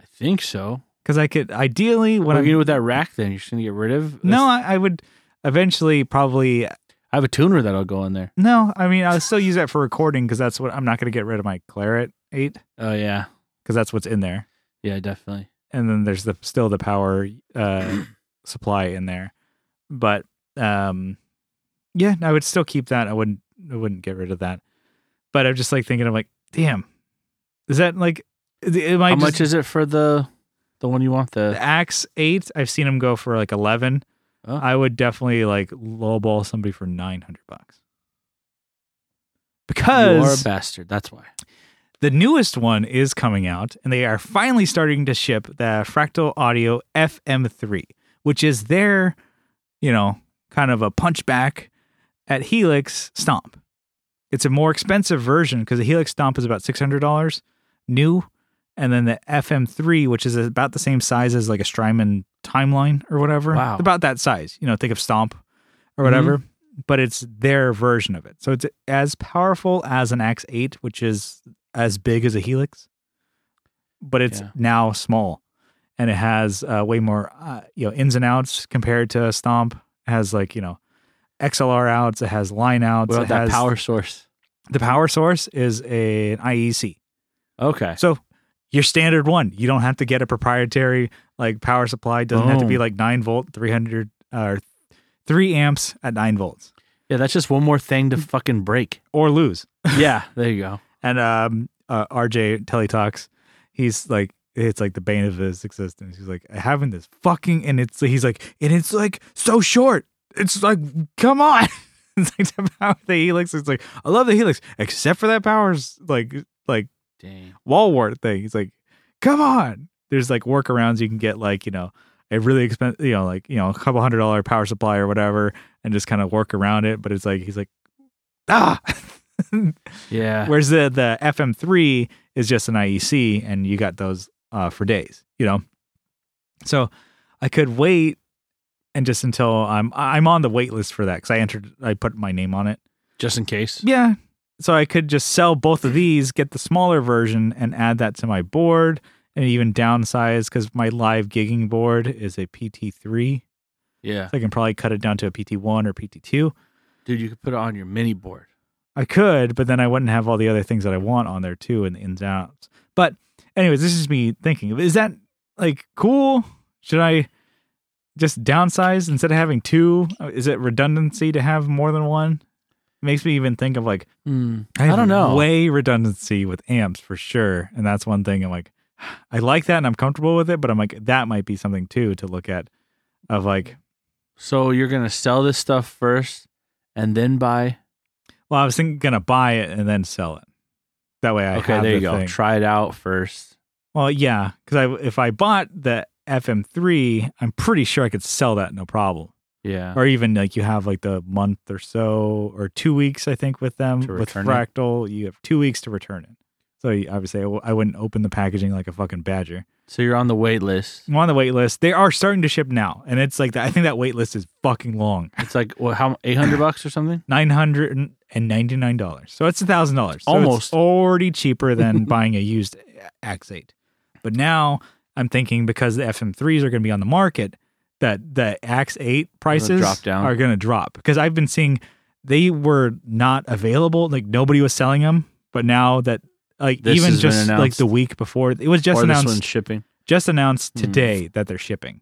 I think so. Because I could ideally, What when are you gonna I. do with that rack then? You're just gonna get rid of? No, I, I would eventually probably I have a tuner that'll go in there. No, I mean I'll still use that for recording because that's what I'm not going to get rid of my claret eight Oh yeah, because that's what's in there, yeah, definitely. and then there's the still the power uh, supply in there, but um, yeah, I would still keep that. I wouldn't I wouldn't get rid of that, but I'm just like thinking I'm like, damn, is that like am I How just, much is it for the the one you want? the The axe eight? I've seen them go for like eleven. Oh. I would definitely like lowball somebody for nine hundred bucks you are a because bastard. That's why. The newest one is coming out, and they are finally starting to ship the Fractal Audio FM3, which is their, you know, kind of a punchback at Helix Stomp. It's a more expensive version because the Helix Stomp is about $600 new, and then the FM3, which is about the same size as like a Strymon timeline or whatever. Wow. About that size. You know, think of Stomp or whatever, but it's their version of it. So it's as powerful as an Axe 8, which is as big as a Helix, but it's Yeah. now small and it has uh, way more uh, you know ins and outs compared to a Stomp. It has like, you know, XLR outs, it has line outs, What about it that has power source? the power source is a, an IEC. Okay. So your standard one, you don't have to get a proprietary like power supply. Doesn't have to be Boom. like nine volt, three hundred or three amps at nine volts Yeah, that's just one more thing Mm. to fucking break. or lose. yeah, there you go. And um, uh, RJ Teletalks, he's like, it's like the bane of his existence. He's like having this fucking, and it's he's like, and it's like so short. It's like, come on. it's like the power the helix. It's like I love the helix, except for that powers like like Dang. wall wart thing. He's like, come on. There's like workarounds you can get like, you know, a really expensive, you know, like, you know, a couple hundred dollar power supply or whatever and just kind of work around it. But it's like, he's like, ah. Yeah. Whereas the, the FM3 is just an IEC and you got those uh, for days, you know? So I could wait and just until I'm, I'm on the wait list for that because I entered, I put my name on it. Just in case. Yeah. So I could just sell both of these, get the smaller version, and add that to my board and even downsize because my live gigging board is a PT3. Yeah. So I can probably cut it down to a PT1 or PT2. Dude, you could put it on your mini board. I could, but then I wouldn't have all the other things that I want on there too and the ins and outs. But, anyways, this is me thinking is that like cool? Should I just downsize instead of having two? Uh, Is it redundancy to have more than one? makes me even think of like, I have don't know. Way redundancy with amps for sure, and that's one thing. I'm like, I like that, and I'm comfortable with it. But I'm like, that might be something too to look at. Of like, So you're gonna sell this stuff first, and then buy. well, I was thinking gonna buy it and then sell it. That way, I okay, have there the you go. thing. Try it out first. Well, yeah, because I if I bought the FM3, I'm pretty sure I could sell that no problem. Yeah. Or even like you have like the month or so or two weeks, I think, with them To with return it? Fractal, you have two weeks to return it. So you- obviously, I w- I wouldn't open the packaging like a fucking badger. So you're on the wait list. I'm on the wait list. They are starting to ship now, and it's like I think that wait list is fucking long It's like what? How eight hundred bucks or something? nine hundred and ninety nine dollars. So it's a thousand dollars. Almost. already cheaper than buying a used Axe Eight. But now I'm thinking because the FM threes are going to be on the market, that the Axe Eight prices drop down. are going to drop because I've been seeing they were not available. Like nobody was selling them, but now that like This even has been just like announced. the week before, it was just or this announced. one's shipping. Just announced Hmm. today that they're shipping.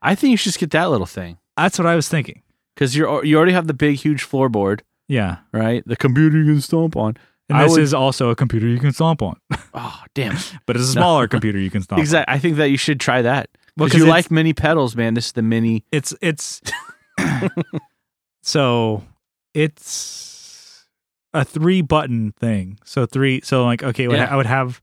I think you should just get that little thing. That's what I was thinking. because you're you already have the big huge floorboard, Yeah. right? The computer you can stomp on. And I this would- is also a computer you can stomp on, Oh damn! but it's a smaller computer you can stomp. on. exactly. I think that you should try that Well, because 'cause you it's- like mini pedals, man. This is the mini. It's it's so it's a three button thing. So three. So like okay, what Yeah. I would have,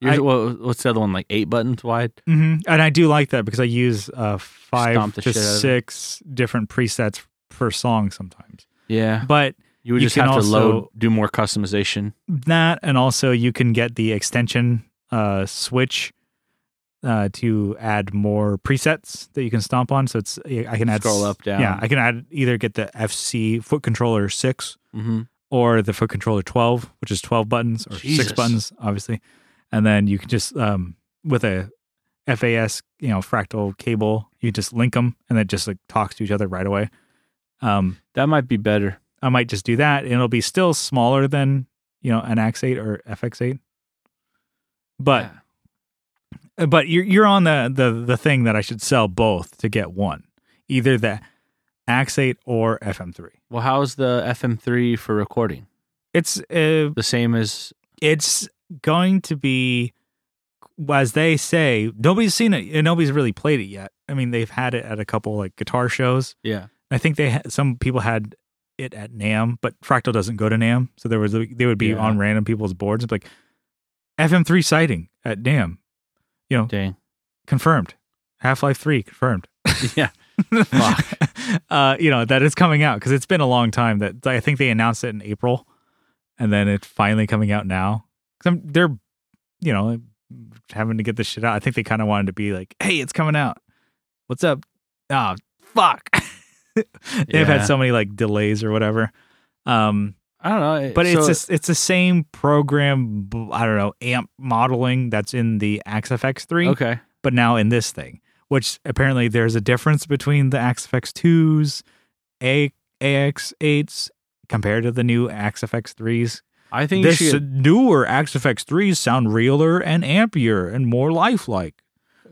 yours- I- what- what's the other one? Like eight buttons wide. hmm and I do like that because I use uh five Stomp the to shit out of it. six different presets per song sometimes, Yeah, but you would You just can have to load, also- do more customization. that and also you can get the extension uh switch. Uh, to add more presets that you can stomp on, so it's I can add s- Scroll up, down. Yeah, I can add either get the FC foot controller six, Mm-hmm. or the foot controller 12, which is 12 buttons or Jesus. six buttons, obviously. And then you can just, um, with a FAS, you know, fractal cable, you just link them and it just like talks to each other right away. Um, That might be better. I might just do that. And it'll be still smaller than, you know, an AX8 or FX8. But, uh, but you're, you're on the, the, the thing that I should sell both to get one, either the AX8 or FM3. Well, how's the FM3 for recording? It's, uh, The same as it's going to be as they say nobody's seen it and nobody's really played it yet i mean they've had it at a couple like guitar shows yeah. i think they had some people had it at nam but fractal doesn't go to nam so there was they would be Yeah. on random people's boards like fm3 sighting at nam Dang. confirmed half-life 3 confirmed yeah. uh you know that it's coming out because it's been a long time that i think they announced it in april and then it's finally coming out now 'Cause I'm- they're you know having to get this shit out i think they kind of wanted to be like hey it's coming out what's up oh fuck they've had Yeah. so many like delays or whatever um I don't know. but So- it's just, it's the same program b- i don't know amp modeling that's in the axe fx3 okay. but now in this thing, which apparently there's a difference between the AXFX2s, A- AX8s, compared to the new AXFX3s. I think This you should. newer AXFX3s sound realer and ampier and more lifelike.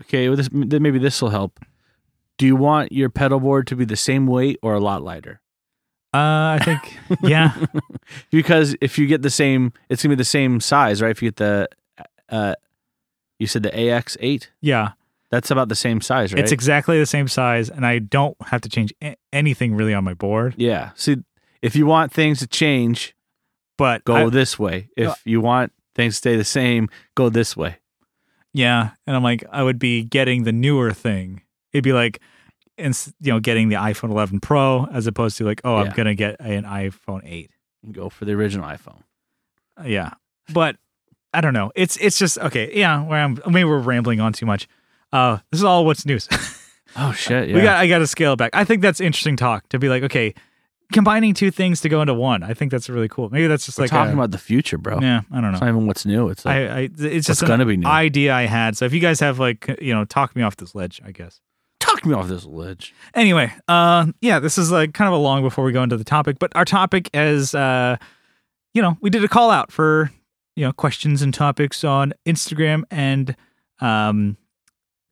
Okay, well, this, then maybe this will help. Do you want your pedal board to be the same weight or a lot lighter? Uh, I think, yeah, Because if you get the same, it's gonna be the same size, right? If you get the, uh, you said the AX8, yeah. that's about the same size, right? It's exactly the same size, and I don't have to change a- anything really on my board. yeah. See, if you want things to change, But go I- this way. If Uh, you want things to stay the same, go this way. Yeah, and I'm like, I would be getting the newer thing. It'd be like, and you know, getting the iPhone 11 Pro as opposed to like, oh, Yeah. I'm gonna get an iPhone 8. And go for the original iPhone. Uh, Yeah, but I don't know. It's it's just okay. Yeah, where I'm maybe we're rambling on too much. Uh, this is all what's news. Oh shit! Yeah. we got I got to scale it back. I think that's interesting talk to be like, okay, combining two things to go into one. I think that's really cool. Maybe that's just We're like talking a- about the future, bro. Yeah, I don't know. It's not even what's new. It's like, I, I it's what's just an gonna be new. idea I had. So if you guys have like you know, talk me off this ledge, I guess. Talk me off this ledge. anyway uh yeah this is like kind of a long before we go into the topic but our topic is uh you know we did a call out for you know questions and topics on instagram and um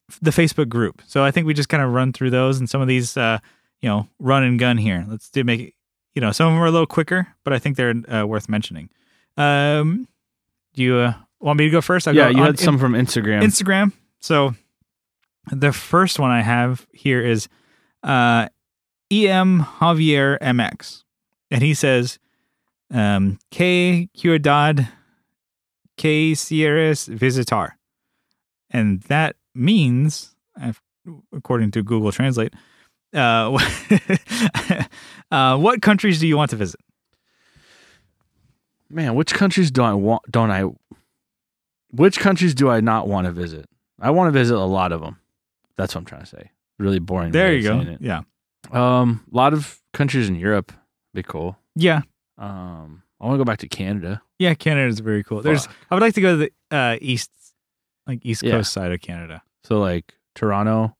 f- the facebook group so i think we just kind of run through those and some of these uh you know run and gun here let's do make it you know some of them are a little quicker but i think they're uh, worth mentioning um do you uh, want me to go first I'll yeah, go you uh, on had in- some from Instagram. Instagram. So the first one I have here is uh, EM Javier MX. And he says, um, Que Ciudad, Que Sierras Visitar. And that means, af- according to Google Translate, uh, uh, what countries do you want to visit? Man, which countries do I want? Don't I? Which countries do I not want to visit? I want to visit a lot of them. That's what I'm trying to say. Really boring. There way you of go. saying it. Yeah. Um, a lot of countries in Europe be cool. Yeah. Um, I want to go back to Canada. Yeah. Canada is very cool. There's, Fuck. I would like to go to the uh, east, like east Yeah. coast side of Canada. so like Toronto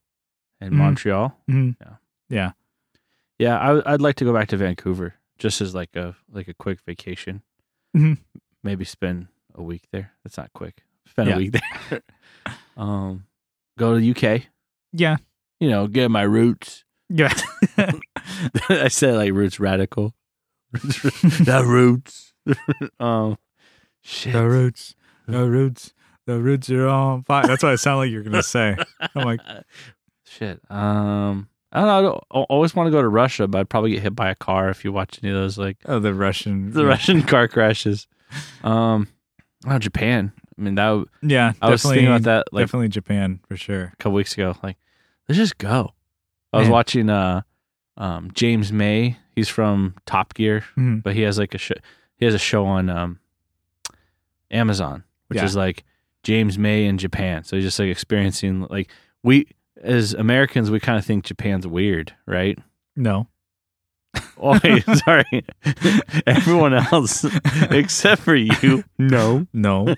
and Mhm. Montreal. Mhm. Yeah, Yeah. yeah. I, I'd like to go back to Vancouver just as like a like a quick vacation. Mhm. Maybe spend a week there. That's not quick. Spend Yeah. a week there. um, go to the UK. Yeah. you know, get my roots. Yeah. I said like roots radical. the roots. um, shit. The roots, the roots, the roots are on fire. That's what I sound like you're gonna say. I'm like, Shit. Um, I don't know. I don't- I always want to go to Russia, but I'd probably get hit by a car if you watch any of those like oh, the Russian, the Russian car crashes. Um, oh, Japan. I mean, that would- Yeah, I was thinking about definitely- that like definitely Japan for sure. a couple weeks ago. Like, let's just go. I was Man. watching uh, um, James May. He's from Top Gear, Mhm. but he has like a show. He has a show on um, Amazon, which Yeah. is like James May in Japan. So he's just like experiencing like we as Americans, we kind of think Japan's weird, right? No, Oh, wait, sorry. Everyone else except for you. no, no.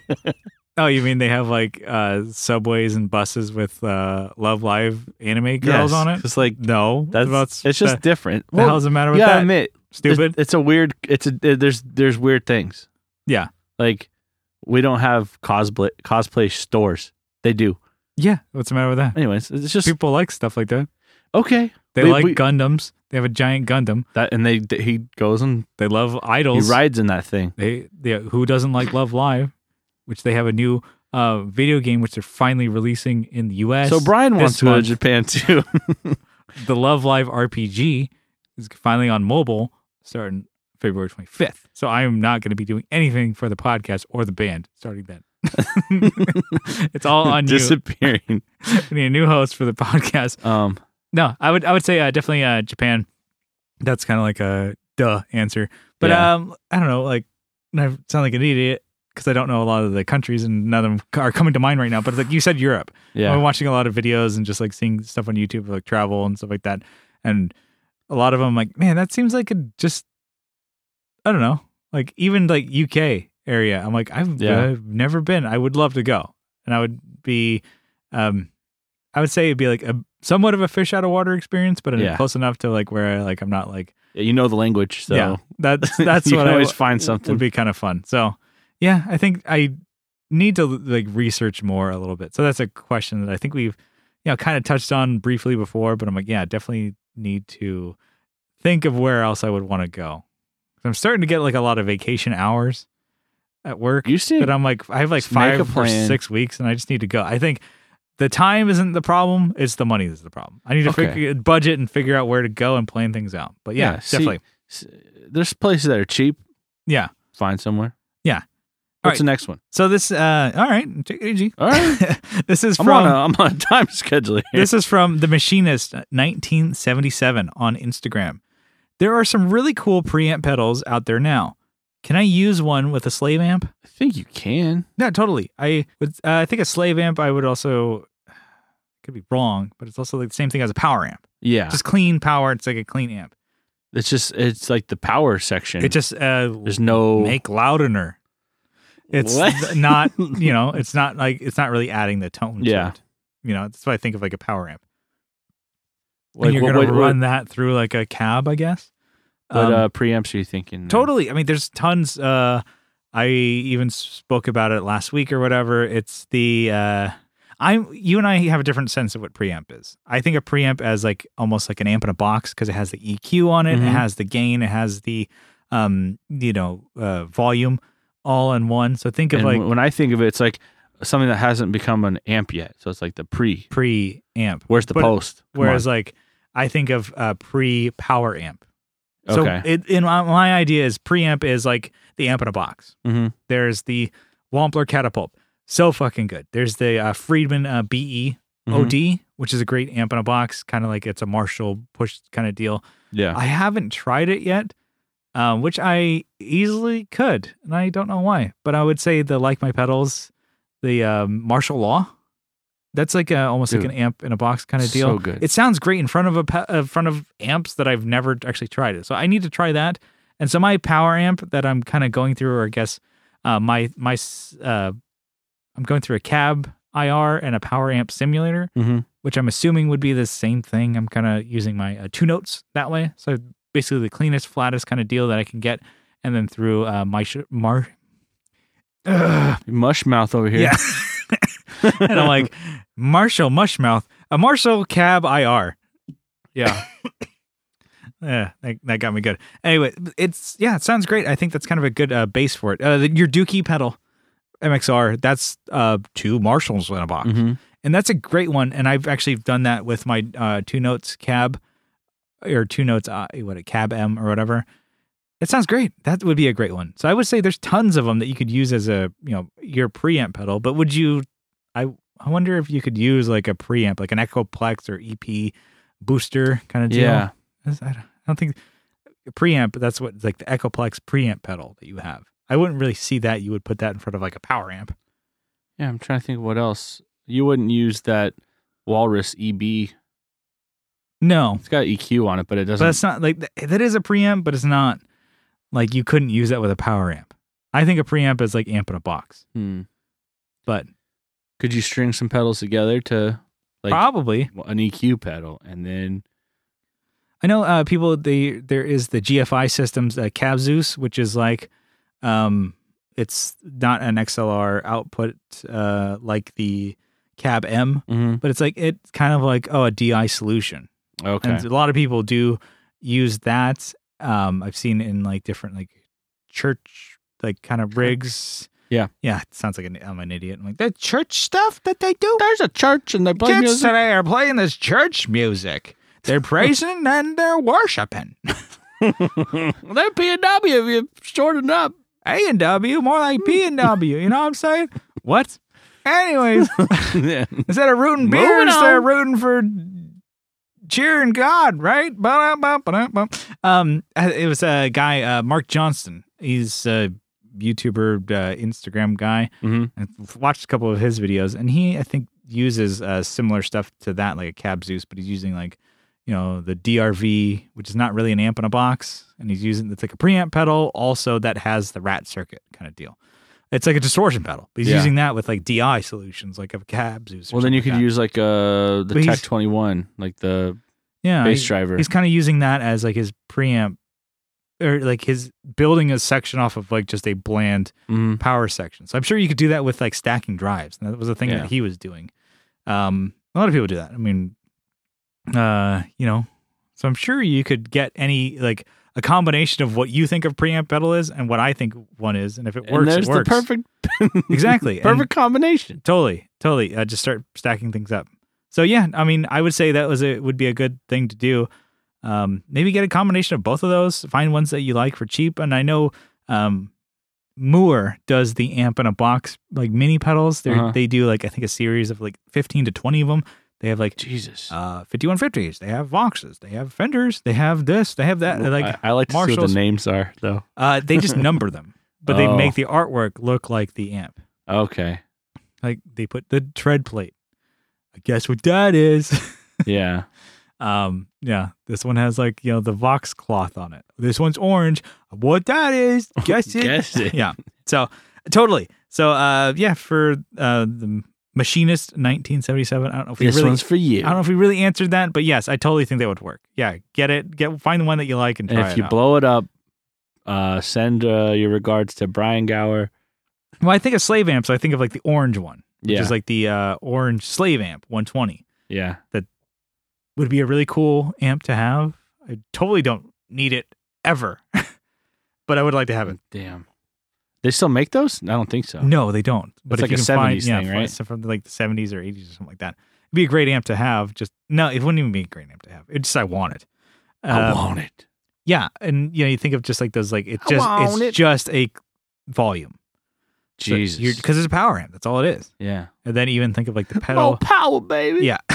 oh, you mean they have like uh, subways and buses with uh, Love Live anime girls Yes, on it? It's like No, that's it's just the, different. the hell's the matter you with gotta that? admit, it's- Stupid. It's, a weird. It's a there's there's weird things. Yeah. like we don't have cosplay cosplay stores. They do. yeah, what's the matter with that? Anyways, it's just People like stuff like that. okay. They We- like we- Gundams. They have a giant Gundam. That and they, he goes and They love he idols. rides in that thing. They, they who doesn't like Love Live, which they have a new uh, video game which they're finally releasing in the U.S. So Brian wants this to go to month. Japan too. the Love Live RPG is finally on mobile starting February 25th. So I am not going to be doing anything for the podcast or the band starting then. it's all on you. disappearing. We need a new host for the podcast. Um, No, I would I would say uh, definitely uh, Japan. That's kind of like a duh answer. But Yeah. um, I don't know. Like I sound like an idiot because I don't know a lot of the countries and none of them are coming to mind right now. But like you said, Europe. I've been yeah, watching a lot of videos and just like seeing stuff on YouTube like travel and stuff like that. And a lot of them like, man, that seems like a just I don't know. Like even like UK area. I'm like, I've Yeah. uh, never been. I would love to go. And I would be um I would say it'd be like a somewhat of a fish out of water experience, but Yeah. close enough to like where I, like I'm not like you know the language, so yeah, that's that's you what can I always w- find something. would be kind of fun. So yeah, I think I need to like research more a little bit. So that's a question that I think we've you know kind of touched on briefly before, but I'm like, yeah, definitely need to think of where else I would want to go. I'm starting to get like a lot of vacation hours at work you see, that I'm like I have like Just make a five or plan. six weeks and I just need to go. I think the time isn't the problem; it's the money that's the problem. I need to Okay. figure budget and figure out where to go and plan things out. But yeah, Yeah, see- definitely, s- there's places that are cheap. yeah. Find somewhere. Yeah. What's right. the next one? So this, uh, all right, take it easy. All right. this is I'm from on a I'm on a time schedule here. this is from the Machinist 1977 on Instagram. There are some really cool preamp pedals out there now. Can I use one with a slave amp? I think you can. No, totally. I would. Uh, I think a slave amp. I would also could be wrong, but it's also like the same thing as a power amp. Yeah. Just clean power. It's like a clean amp. it's just it's like the power section. It just uh, there's no make loudener. It's What? not you know, it's not like it's not really adding the tone. Yeah. to it. you know that's what I think of like a power amp. like, and you're what, gonna what- what- run that through like a cab, I guess. what, Um, uh, preamps are you thinking? then? totally. I mean, there's tons. Uh, I even spoke about it last week or whatever. It's the uh, I'm you and I have a different sense of what preamp is. I think a preamp as like almost like an amp in a box because it has the EQ on it, Mhm. it has the gain, it has the um, you know, uh, volume all in one. So think of And like when I think of it, it's like something that hasn't become an amp yet. So it's like the pre. preamp. Where's the But- post? Come Whereas on. like I think of uh, pre power amp. So okay. it, in my, my idea is preamp is like the amp in a box. Mhm. There's the Wampler catapult, so fucking good. There's the uh, Friedman uh, BE Mhm. OD, which is a great amp in a box, kind of like it's a Marshall push kind of deal. Yeah. I haven't tried it yet, um, which I easily could, and I don't know why. But I would say the like my pedals, the um, Marshall Law. That's like a, almost Dude. like an amp in a box kind of deal. So good. It sounds great in front of a pe- in front of amps that I've never actually tried it. So I need to try that. And so my power amp that I'm kind of going through, or I guess uh, my my s- uh, I'm going through a cab IR and a power amp simulator, Mhm. which I'm assuming would be the same thing. I'm kind of using my uh, two notes that way. So basically the cleanest, flattest kind of deal that I can get, and then through uh, my sh- mar. Ugh. Mush mouth over here. Yeah. and I'm like, Marshall Mushmouth, a Marshall Cab IR. Yeah. Yeah, that, that got me good. Anyway, it's yeah, it sounds great. I think that's kind of a good uh, base for it. Uh, the, your Dookie pedal MXR, that's uh, two Marshalls in a box, Mhm. and that's a great one. And I've actually done that with my uh, two notes cab or two notes uh, what a cab M or whatever. It sounds great. That would be a great one. So I would say there's tons of them that you could use as a you know your preamp pedal. But would you? I I wonder if you could use like a preamp, like an Echoplex or EP booster kind of deal. Yeah. That's- I don't, I don't think preamp. That's what like the Echoplex preamp pedal that you have. I wouldn't really see that. You would put that in front of like a power amp. Yeah, I'm trying to think of what else. You wouldn't use that Walrus EB. No, It's got EQ on it, but it but doesn't. that's not like th- that is a preamp, but it's not like you couldn't use that with a power amp. I think a preamp is like amp in a box, Hmm. but Could you string some pedals together to like probably an EQ pedal and then I know uh, people. They there is the GFI systems, uh, Cabzeus, which is like, um, it's not an XLR output uh, like the Cab M, Mm-hmm. but it's like it's kind of like oh a DI solution, okay? and a lot of people do use that. Um, I've seen in like different like church like kind of rigs. Yeah. yeah. It sounds like an, I'm an idiot. I'm like the church stuff that they do There's a church and they play kids music. today are playing this church music. They're praising and they're worshiping. They're P and W if you shorten up. A and W, more like B and W. You know what I'm saying? What? Anyways, yeah. instead of rooting Moving beers, they're on. rooting for cheering God, right? Ba-dum, ba-dum, ba-dum. Um, it was a guy, uh, Mark Johnston. He's a YouTuber, uh, Instagram guy. hmm I've watched a couple of his videos, and he I think uses uh, similar stuff to that, like a Cab Zeus, but he's using like you know the DRV, which is not really an amp in a box, and he's using it's like a preamp pedal, also that has the rat circuit kind of deal. It's like a distortion pedal, but he's Yeah. using that with like DI solutions, like of Cab Zeus. or Well, then you something could like use like uh But the he's- Tech 21, like the that. yeah, bass he- driver. He's kind of using that as like his preamp, or like his building a section off of like just a bland Mhm. power section. So I'm sure you could do that with like stacking drives. And that was a thing Yeah. that he was doing. Um, a lot of people do that. I mean, uh, you know, so I'm sure you could get any like a combination of what you think of preamp pedal is and what I think one is, and if it and works, there's it works. the perfect exactly And perfect combination. totally, totally. Uh, just start stacking things up. So yeah, I mean, I would say that was a would be a good thing to do. Um, maybe get a combination of both of those. Find ones that you like for cheap. And I know um, Moore does the amp in a box like mini pedals. They Uh-huh. are they do like I think a series of like fifteen to twenty of them. They have like Jesus. uh, fifty one fifties. They have Voxes. They have Fenders. They have this. They have that. Like I, I like to see what Marshalls- the names are though. uh, they just number them, but they Oh. make the artwork look like the amp. Okay. Like they put the tread plate. I guess what that is. Yeah. Um, yeah, this one has like you know the Vox cloth on it. This one's orange. What that is? Guess it. Guess it. yeah. So totally. So uh, yeah, for uh, the Machinist 1977. I don't know if we this really. one's for you. I don't know if we really answered that, but yes, I totally think that would work. Yeah, get it. Get find the one that you like and And try if it you out. blow it up, uh, send uh, your regards to Brian Gower. well, I think of slave amps. I think of like the orange one, which Yeah, is like the uh, orange slave amp 120. yeah. Would be a really cool amp to have. I totally don't need it ever, but I would like to have it. Damn, they still make those? I don't think so. No, they don't. But It's if like you a can find, 70s yeah, thing, find right? stuff from like the seventies or eighties or something like that. It'd be a great amp to have. Just no, it wouldn't even be a great amp to have. It's just I want it. I Um, want it. Yeah, and you know, you think of just like those, like it's I just it's want it. just a volume. Jesus. because it's a power amp. That's all it is. yeah. And then even think of like the pedal. power, baby. yeah,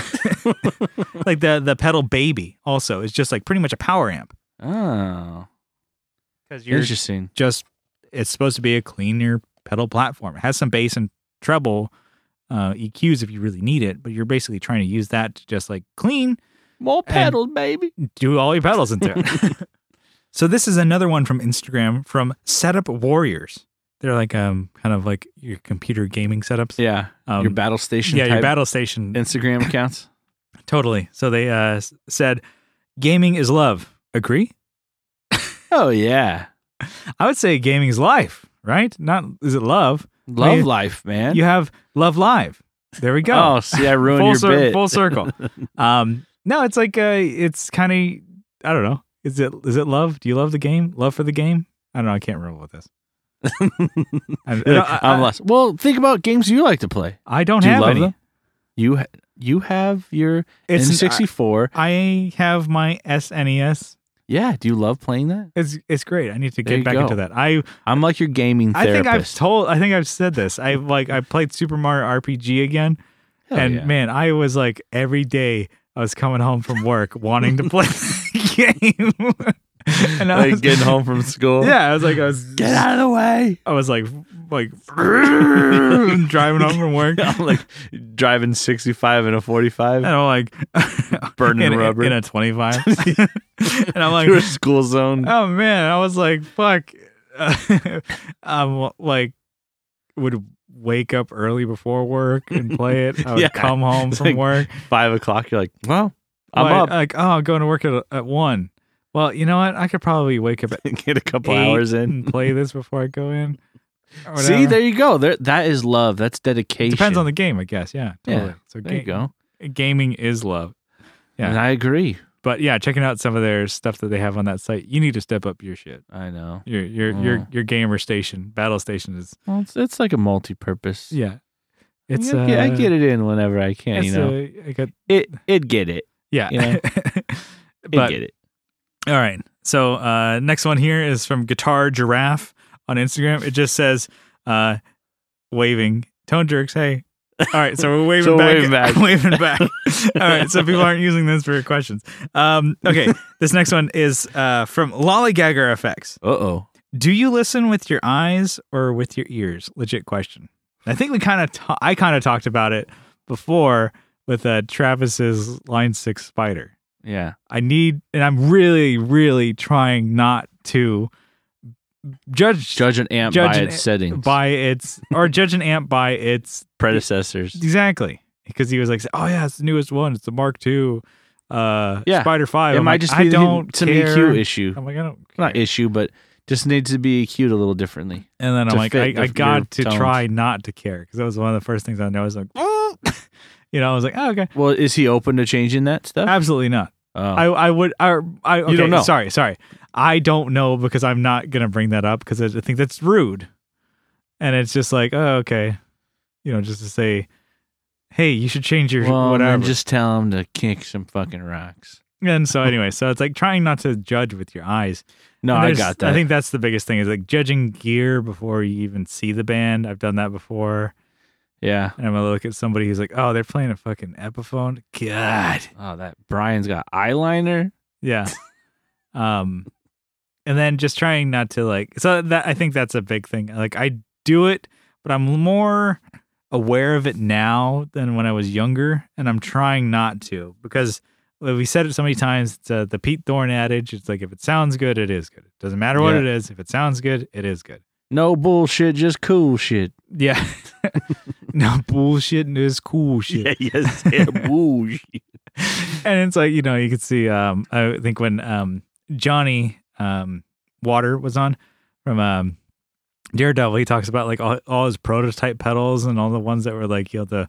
like the the pedal baby also is just like pretty much a power amp Oh, because you're interesting. just it's supposed to be a cleaner pedal platform. It has some bass and treble uh, EQs if you really need it, but you're basically trying to use that to just like clean, More pedals, baby. do all your pedals into it. so this is another one from Instagram from Setup Warriors. They're like um kind of like your computer gaming setups. Yeah. um, your battle station. yeah, your type battle station Instagram accounts. totally. So they uh s- said, "Gaming is love." Agree? oh yeah, I would say gaming is life, right? Not is it love? love you- life, man. You have love live. There we go. Oh, see, I ruined full, your cir- bit. full circle. um, no, it's like uh, it's kind of I don't know. Is it is it love? Do you love the game? Love for the game? I don't know. I can't remember what this. I, I, don't- I'm I, lost. Well, think about games you like to play. I don't Do you have love any. them? You ha- you have your It's N64. I have my SNES. yeah. Do you love playing that? It's it's great. I need to There you get back go. into that. I I'm like your gaming I think I've therapist. told. I think I've said this. I like I played Super Mario RPG again, Hell and yeah. man, I was like every day I was coming home from work wanting to play the game, and I was home from school. yeah, I was like I was Get out of the way. I was like like driving home from work. I'm like driving 65 and a 45 And I'm like Burning in, a- rubber. in a 25, and I'm like, through a school zone. oh man, I was like, fuck, I'm like, would wake up early before work and play it. I would Yeah. come home It's from like, work. Five o'clock. You're like, well, I'm Like- up. Like, oh, I'm going to work at at one. Well, you know what? I could probably wake up at Get a couple eight hours in. and play this before I go in. or See, whatever. there you go. There, that is love. That's dedication. depends on the game, I guess. Yeah, Yeah, totally. So There you ga- go. gaming is love. Yeah. And I agree. But yeah, checking out some of their stuff that they have on that site. You need to step up your shit. I know. Your your your Mm. your gamer station, battle station is Well, it's, it's like a multi-purpose. yeah. It's uh, I, get, I get it in whenever I Yeah, can. You know, I got it it get it. yeah. you know, It but get it. all right. So uh, next one here is from Guitar Giraffe on Instagram. It just says uh, waving tone jerks. Hey. All right, so we're waving So back. waving back. waving back. All right, so people aren't using this for questions. Um, okay, this next one is uh, from Lollygagger Effects. Uh oh. Do you listen with your eyes or with your ears? Legit question. I think we kind of ta- I kind of talked about it before with uh, Travis's line six spider. Yeah. I need, and I'm really, really trying not to judge, Judge an amp Judge by an its amp settings. by its or judge an amp by its predecessors. exactly because he was like, oh yeah, it's the newest one, it's the Mark II, uh, Yeah. Spider Five. It I'm might like, just I be don't some care. EQ issue. I'm like, I don't care. Not issue, but just needs to be EQ'd a little differently. And then I'm to like, fit I, the- I your got to tones. try not to care because that was one of the first things I noticed. Like, you know, I was like, oh, okay, Well, is he open to changing that stuff? absolutely not. oh. I, I would, I, I okay, don't know. Sorry, sorry. I don't know because I'm not gonna bring that up because I I think that's rude, and it's just like, oh, okay, you know, just to say, hey, you should change your well, whatever. then just tell him to kick some fucking rocks. and so anyway, so it's like trying not to judge with your eyes. No, And I there's- got that. I think that's the biggest thing is like judging gear before you even see the band. I've done that before. yeah. And I'm gonna look at somebody who's like, "Oh, they're playing a fucking Epiphone." God, Oh, that Brian's got eyeliner. yeah. um, and then just trying not to like. So that I think that's a big thing. Like I do it, but I'm more aware of it now than when I was younger, and I'm trying not to because like, we said it so many times. It's uh, the Pete Thorne adage. It's like if it sounds good, it is good. It doesn't matter what Yeah. it is. If it sounds good, it is good. No bullshit, just cool shit. Yeah. no bullshit and it's cool shit. yes, yeah, bullshit. and it's like you know you could see um i think when um johnny um water was on from um daredevil he talks about like all, all his prototype pedals and all the ones that were like you know the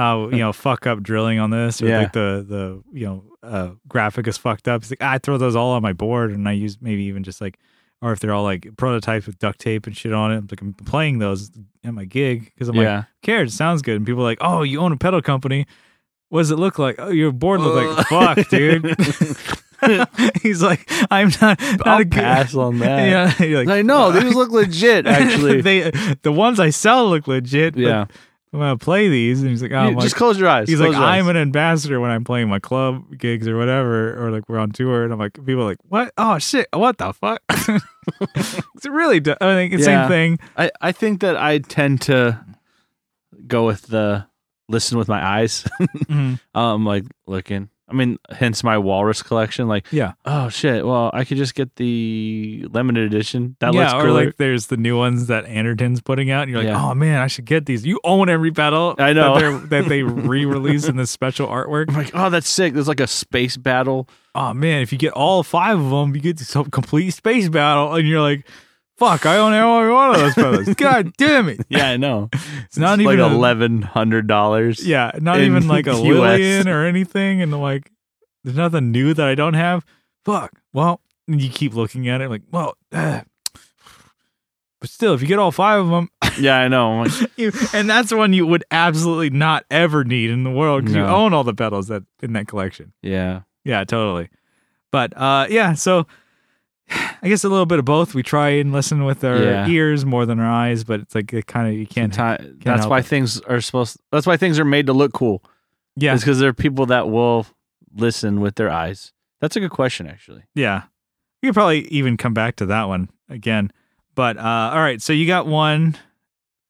uh you know fuck up drilling on this or Yeah. like the the you know uh graphic is fucked up he's like i throw those all on my board and i use maybe even just like or if they're all like prototypes with duct tape and shit on it, I'm like I'm playing those at my gig because I'm like, Yeah. cared. It sounds good. And people are like, oh, you own a pedal company. What does it look like? Oh, your board look like Ugh. fuck, dude. He's like, I'm not not I'll a good- pass on that. Yeah, you're like, I know fuck. these look legit. Actually, they the ones I sell look legit. but yeah. I'm gonna play these, and he's like, oh, You- my just close your eyes. He's close like, your eyes. I'm an ambassador when I'm playing my club gigs or whatever, or like we're on tour, and I'm like, people are like, what? Oh shit, what the fuck? it's really, du- I think it's Yeah. same thing. I, I think that I tend to go with the listen with my eyes. Mm-hmm. um, like looking. I mean, hence my walrus collection. Like, Yeah. oh shit. Well, I could just get the limited edition. That yeah, looks or cool. like there's the new ones that Anderton's putting out, and you're like, Yeah. oh man, I should get these. You own every pedal. I know. that, they're- that they re-release in this special artwork. I'm like, oh, that's sick. There's like a space battle. Oh man, if you get all five of them, you get this whole complete space battle, and you're like, fuck, I own every one of those pedals. God damn it! Yeah, I know. It's not like even a- eleven hundred dollars. Yeah, not In even like a US. Lillian or anything, and like, there's nothing new that I don't have. Fuck. Well, And you keep looking at it like, well, uh, but still, if you get all five of them, Yeah, I know. I'm like, you, and that's one you would absolutely not ever need in the world because you No. own all the pedals that in that collection. yeah. Yeah, totally. But uh, yeah, so I guess a little bit of both. We try and listen with our Yeah. ears more than our eyes, but it's like it kind of you can't. Ti- that's help why it. things are supposed that's why things are made to look cool. yeah, It's because there are people that will listen with their eyes. That's a good question actually. yeah. We could probably even come back to that one again. But uh, all right, so you got one.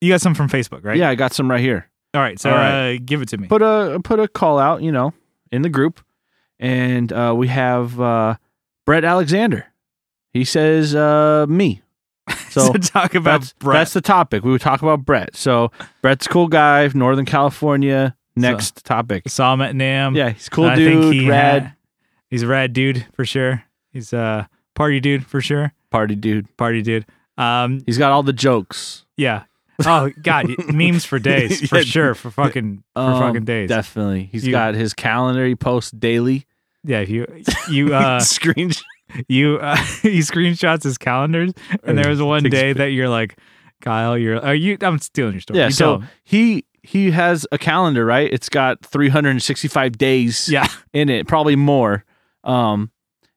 You got some from Facebook, right? Yeah, I got some right here. All right, so All right. Uh, give it to me. Put a put a call out, you know, in the group. And uh, we have uh, Brett Alexander. He says uh, me. So talk about that's, Brett. that's the topic. We would talk about Brett. So Brett's a cool guy, Northern California. Next topic. Saw him at Nam. Yeah, he's a cool um, I dude, think he rad had- he's a rad dude for sure. He's a party dude for sure. party dude. Party dude. Um, He's got all the jokes. yeah. Oh God, memes for days for Yeah. sure. For fucking for Um, fucking days. Definitely. he's You- got his calendar he posts daily. yeah. If you you uh Screenshot. you uh, he screenshots his calendars, and Uh, there was one Takes day that you're like, Kyle, you're are you? I'm stealing your story. Yeah, You so tell him. he he has a calendar, right? It's got 365 days yeah, in it, probably more. Um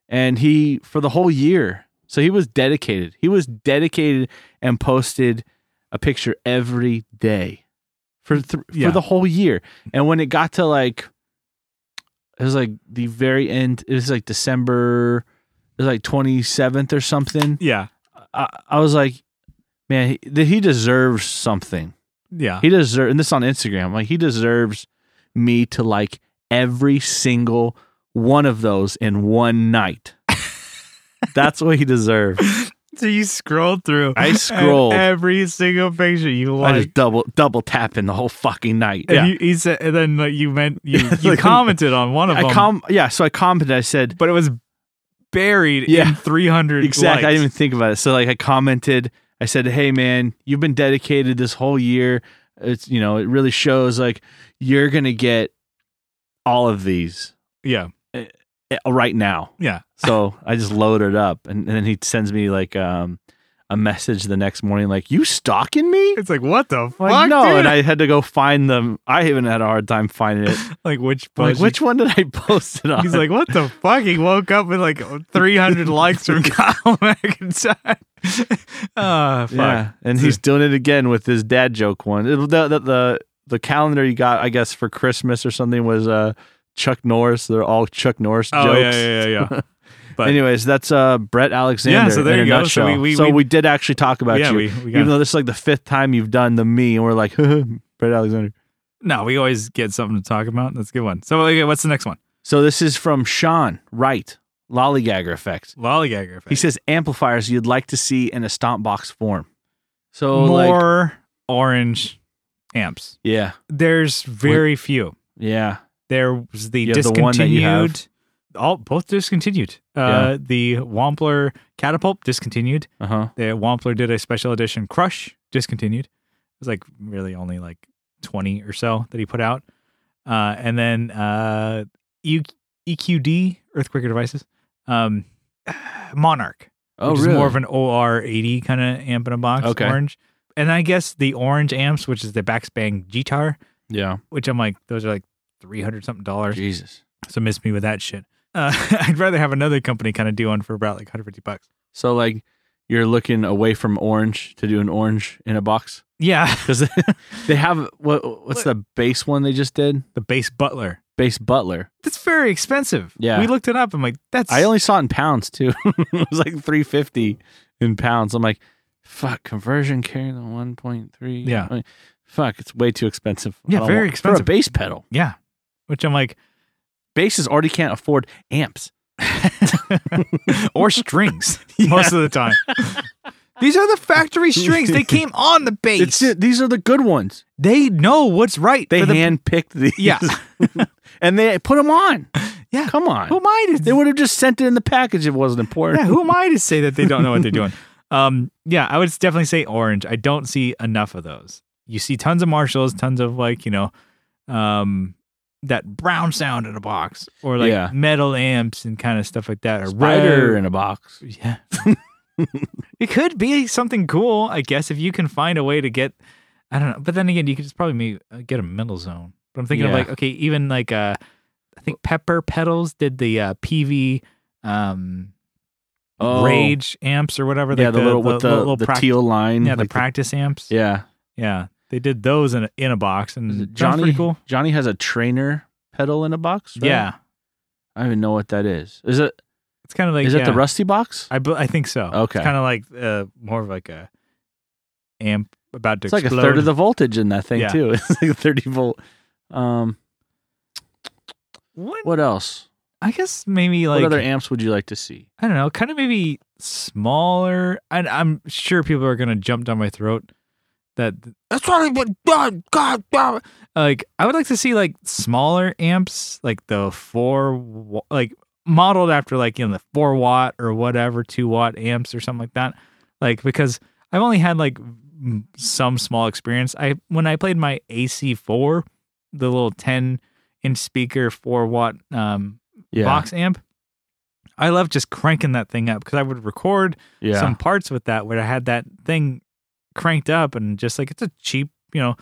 and he for the whole year. So he was dedicated. He was dedicated and posted a picture every day for th- Yeah. for the whole year. And when it got to like it was like the very end, it was like December it was like 27th or something. yeah, I, I was like, man, he, he deserves something. yeah, He deserves, and this on Instagram, like he deserves me to like every single one of those in one night. That's what he deserved. So you scrolled through. I and scrolled. every single picture you I like. just double double tapping the whole fucking night. And yeah, you, he said, and then like, you meant you, you Like- commented on one of I them, com yeah. So I commented. I said but it was buried Yeah. in 300 exactly. I likes. didn't even think about it. So like I commented. I said, hey man, you've been dedicated this whole year. It's you know it really shows. Like you're gonna get all of these. yeah, eh, right now. yeah, So I just loaded up, and, and then he sends me like um, a message the next morning, like "You stalking me?" it's like what the I'm fuck? like no, dude? and I had to go find them. I even had a hard time finding it. like which I'm like post? which one did I post it on? He's like, what the fuck? He woke up with like 300 likes from Kyle McIntyre. Ah, fuck. yeah, and he's doing it again with his dad joke one. It- the, the the the calendar he got, I guess, for Christmas or something was uh Chuck Norris. They're all Chuck Norris Oh jokes. yeah, yeah, yeah, yeah. But- Anyways, that's uh Brett Alexander. Yeah, so there in a you go. So Nutshell. we- we- So we- we did actually talk about yeah you. we, we got Even though this is like the fifth time you've done the me, and we're like, Brett Alexander. no, we always get something to talk about. That's a good one. So okay, what's the next one? So this is from Sean Wright, Lollygagger Effect. Lollygagger. Effect. He says amplifiers you'd like to see in a stomp box form. So oh, like, more orange amps. yeah, There's very few. yeah, There was the You have the discontinued, one that you have. all both discontinued. Uh, Yeah. The Wampler Catapult discontinued. uh huh, The Wampler did a special edition Crush discontinued. It was like really only like twenty or so that he put out, uh, and then uh, U- EQD Earthquaker Devices um, Monarch. which is more of an OR eighty kind of amp in a box Oh, Okay. orange. And I guess the orange amps, which is the backspang guitar, yeah, which I'm like, those are like three hundred something dollars. Jesus. So miss me with that shit. Uh, I'd rather have another company kind of do one for about like 150 bucks. So like, you're looking away from orange to do an orange in a box Yeah, because they have what? What's the base one they just did? the base butler. Base Butler. That's very expensive. Yeah. we looked it up. I'm like, that's I only saw it in pounds too. it was like three fifty in pounds. I'm like, fuck, conversion carrying the one point three. Yeah. fuck, it's way too expensive. Yeah, I don't very want- for expensive. a bass pedal. yeah. Which I'm like, Basses already can't afford amps. or strings most of the time. These are the factory strings. They came on the base. It's it. These are the good ones. They know what's right. They for the- hand picked these. Yeah. and they put them on. Yeah. come on. who am I to They would have just sent it in the package. if It wasn't important. yeah, who am I to say that they don't know what they're doing? Um, yeah, I would definitely say orange. I don't see enough of those. You see tons of Marshalls, tons of like you know, um, that brown sound in a box or like Yeah. metal amps and kind of stuff like that or Spider rare- in a box. yeah. it could be something cool, I guess, if you can find a way to get. I don't know, but then again, you could just probably make, uh, get a metal zone. But I'm thinking of Yeah. like, okay, even like uh, I think Pepper Pedals did the uh, PV um, Oh. Rage amps or whatever. Yeah, like the, little with the, little the prac- teal line. Yeah, the like practice amps. Yeah. yeah. they did those in a, in a Is box, it and Johnny, Johnny pretty cool. Mm, Johnny has a trainer pedal in a box. right? Yeah, I don't even know what that is. Is it? it's kind of like Is yeah, it the rusty box? I, bu- I think so. Okay. it's kind of like uh, more of like a amp about to It's like a explode. third of the voltage in that thing Yeah. too. It's like thirty volt. Um, What what else? I guess maybe like what other amps would you like to see? I don't know, kind of maybe smaller. I, I'm sure people are gonna jump down my throat. That that's already been done. God damn it. Like I would like to see like smaller amps, like the four, wa- like modeled after like you know the four watt or whatever two watt amps or something like that. Like because I've only had like m- some small experience. I when I played my AC4, the little ten inch speaker four watt um Yeah, box amp. I love just cranking that thing up because I would record yeah, some parts with that where I had that thing cranked up and just like it's a cheap, you know,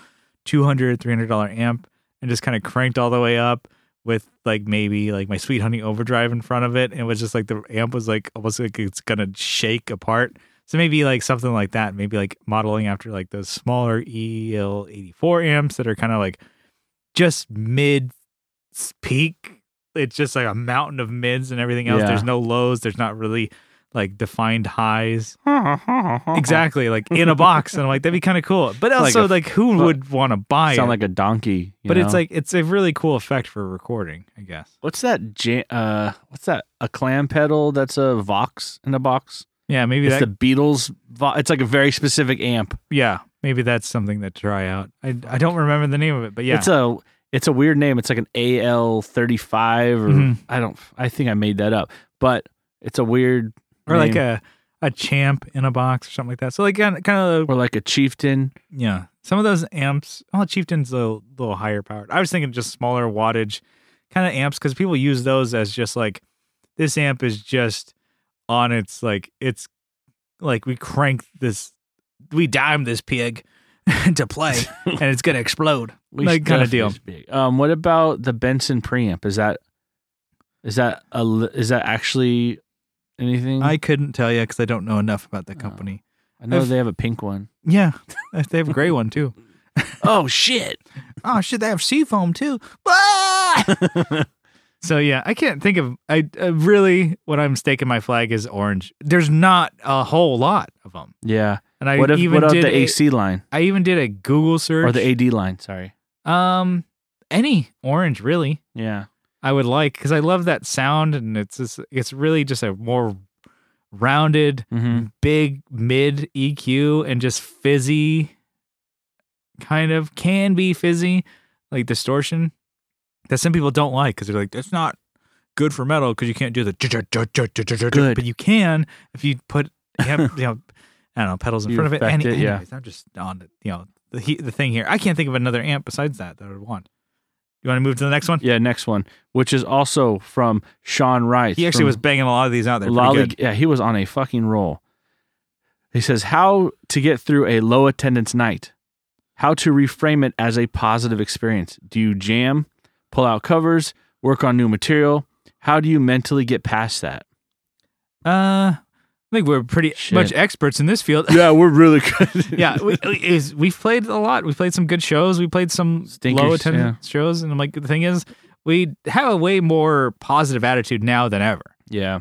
200 $300 amp and just kind of cranked all the way up with like maybe like my Sweet Honey Overdrive in front of it. And it was just like the amp was like almost like it's going to shake apart. So maybe like something like that, maybe like modeling after like those smaller E EL84 amps that are kind of like just mid s- peak. It's just like a mountain of mids and everything else. Yeah. There's no lows. There's not really like defined highs exactly like in a box and i'm like that'd be kind of cool but Uh-huh. Like also a- like, who would want to buy Sound it like a donkey. you but it's know? like it's a really cool effect for recording i guess what's that? Ja- uh, what's that? A clam pedal that's a Vox in a box. yeah maybe It's that the Beatles. Vo- it's like a very specific amp. yeah maybe that's something to try out i, I don't remember the name of it but yeah It's a it's a weird name. It's like an AL thirty five or Mhm. I don't. I think I made that up, but it's a weird or like name. a a champ in a box or something like that so like kind of, kind of or like a chieftain. yeah some of those amps oh chieftain's a little, little higher powered i was thinking just smaller wattage kind of amps because people use those as just like this amp is just on its like it's like we crank this we dime this pig to play and it's gonna explode We Like, kinda stuff deal. is big. Um, what about the Benson preamp? Is that is that a li- is that actually anything? i couldn't tell you because i don't know enough about that Oh. company I know I've- they have a pink one. yeah they have a gray one too oh shit! oh shit they have seafoam too Ah! So yeah, I can't think of I, I really what I'm staking my flag is orange. There's not a whole lot of them, yeah. and I what if even what about did the a- AC line I even did a Google search or the AD line? Sorry. um any orange really Yeah. I would like because I love that sound and it's just, it's really just a more rounded Mm-hmm. big mid EQ and just fizzy kind of can be fizzy like distortion that some people don't like because they're like that's not good for metal because you can't do the Good. but you can if you put you have you know I don't know pedals in You front of it. affect Any, it, yeah. anyways, I'm just on the you know the he- the thing here. I can't think of another amp besides that that I would want. You want to move to the next one? Yeah. Next one, which is also from Sean Wright. He actually from- was banging a lot of these out there. Pretty Lolly, good. yeah, he was on a fucking roll. He says, How to get through a low attendance night. How to reframe it as a positive experience. Do you jam, pull out covers, work on new material? How do you mentally get past that? Uh, I think we're pretty Shit. much experts in this field. Yeah, we're really good. yeah, we, we- is, we've played a lot. We played some good shows. We played some Stinkers, low attendance shows, and I'm like, the thing is, we have a way more positive attitude now than ever. yeah.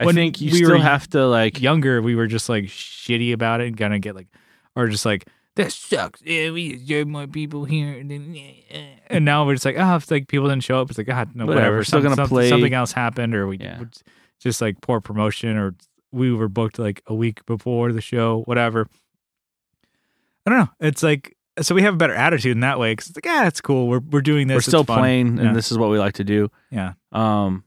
I When think you we still were have to like Younger, we were just like shitty about it, and gonna get like, or just like that sucks. Yeah, we there are more people here, and then eh, eh." and now we're just like, oh, if like people didn't show up, it's like, ah, Whatever, no, whatever. we're still Some- gonna some- play. Something else happened, or we Yeah. would just like poor promotion, or we were booked like a week before the show, whatever. I don't know. It's like so we have a better attitude in that way because it's like ah, it's cool. We're we're doing this. we're It's still fun." playing Yeah. and this is what we like to do. Yeah. Um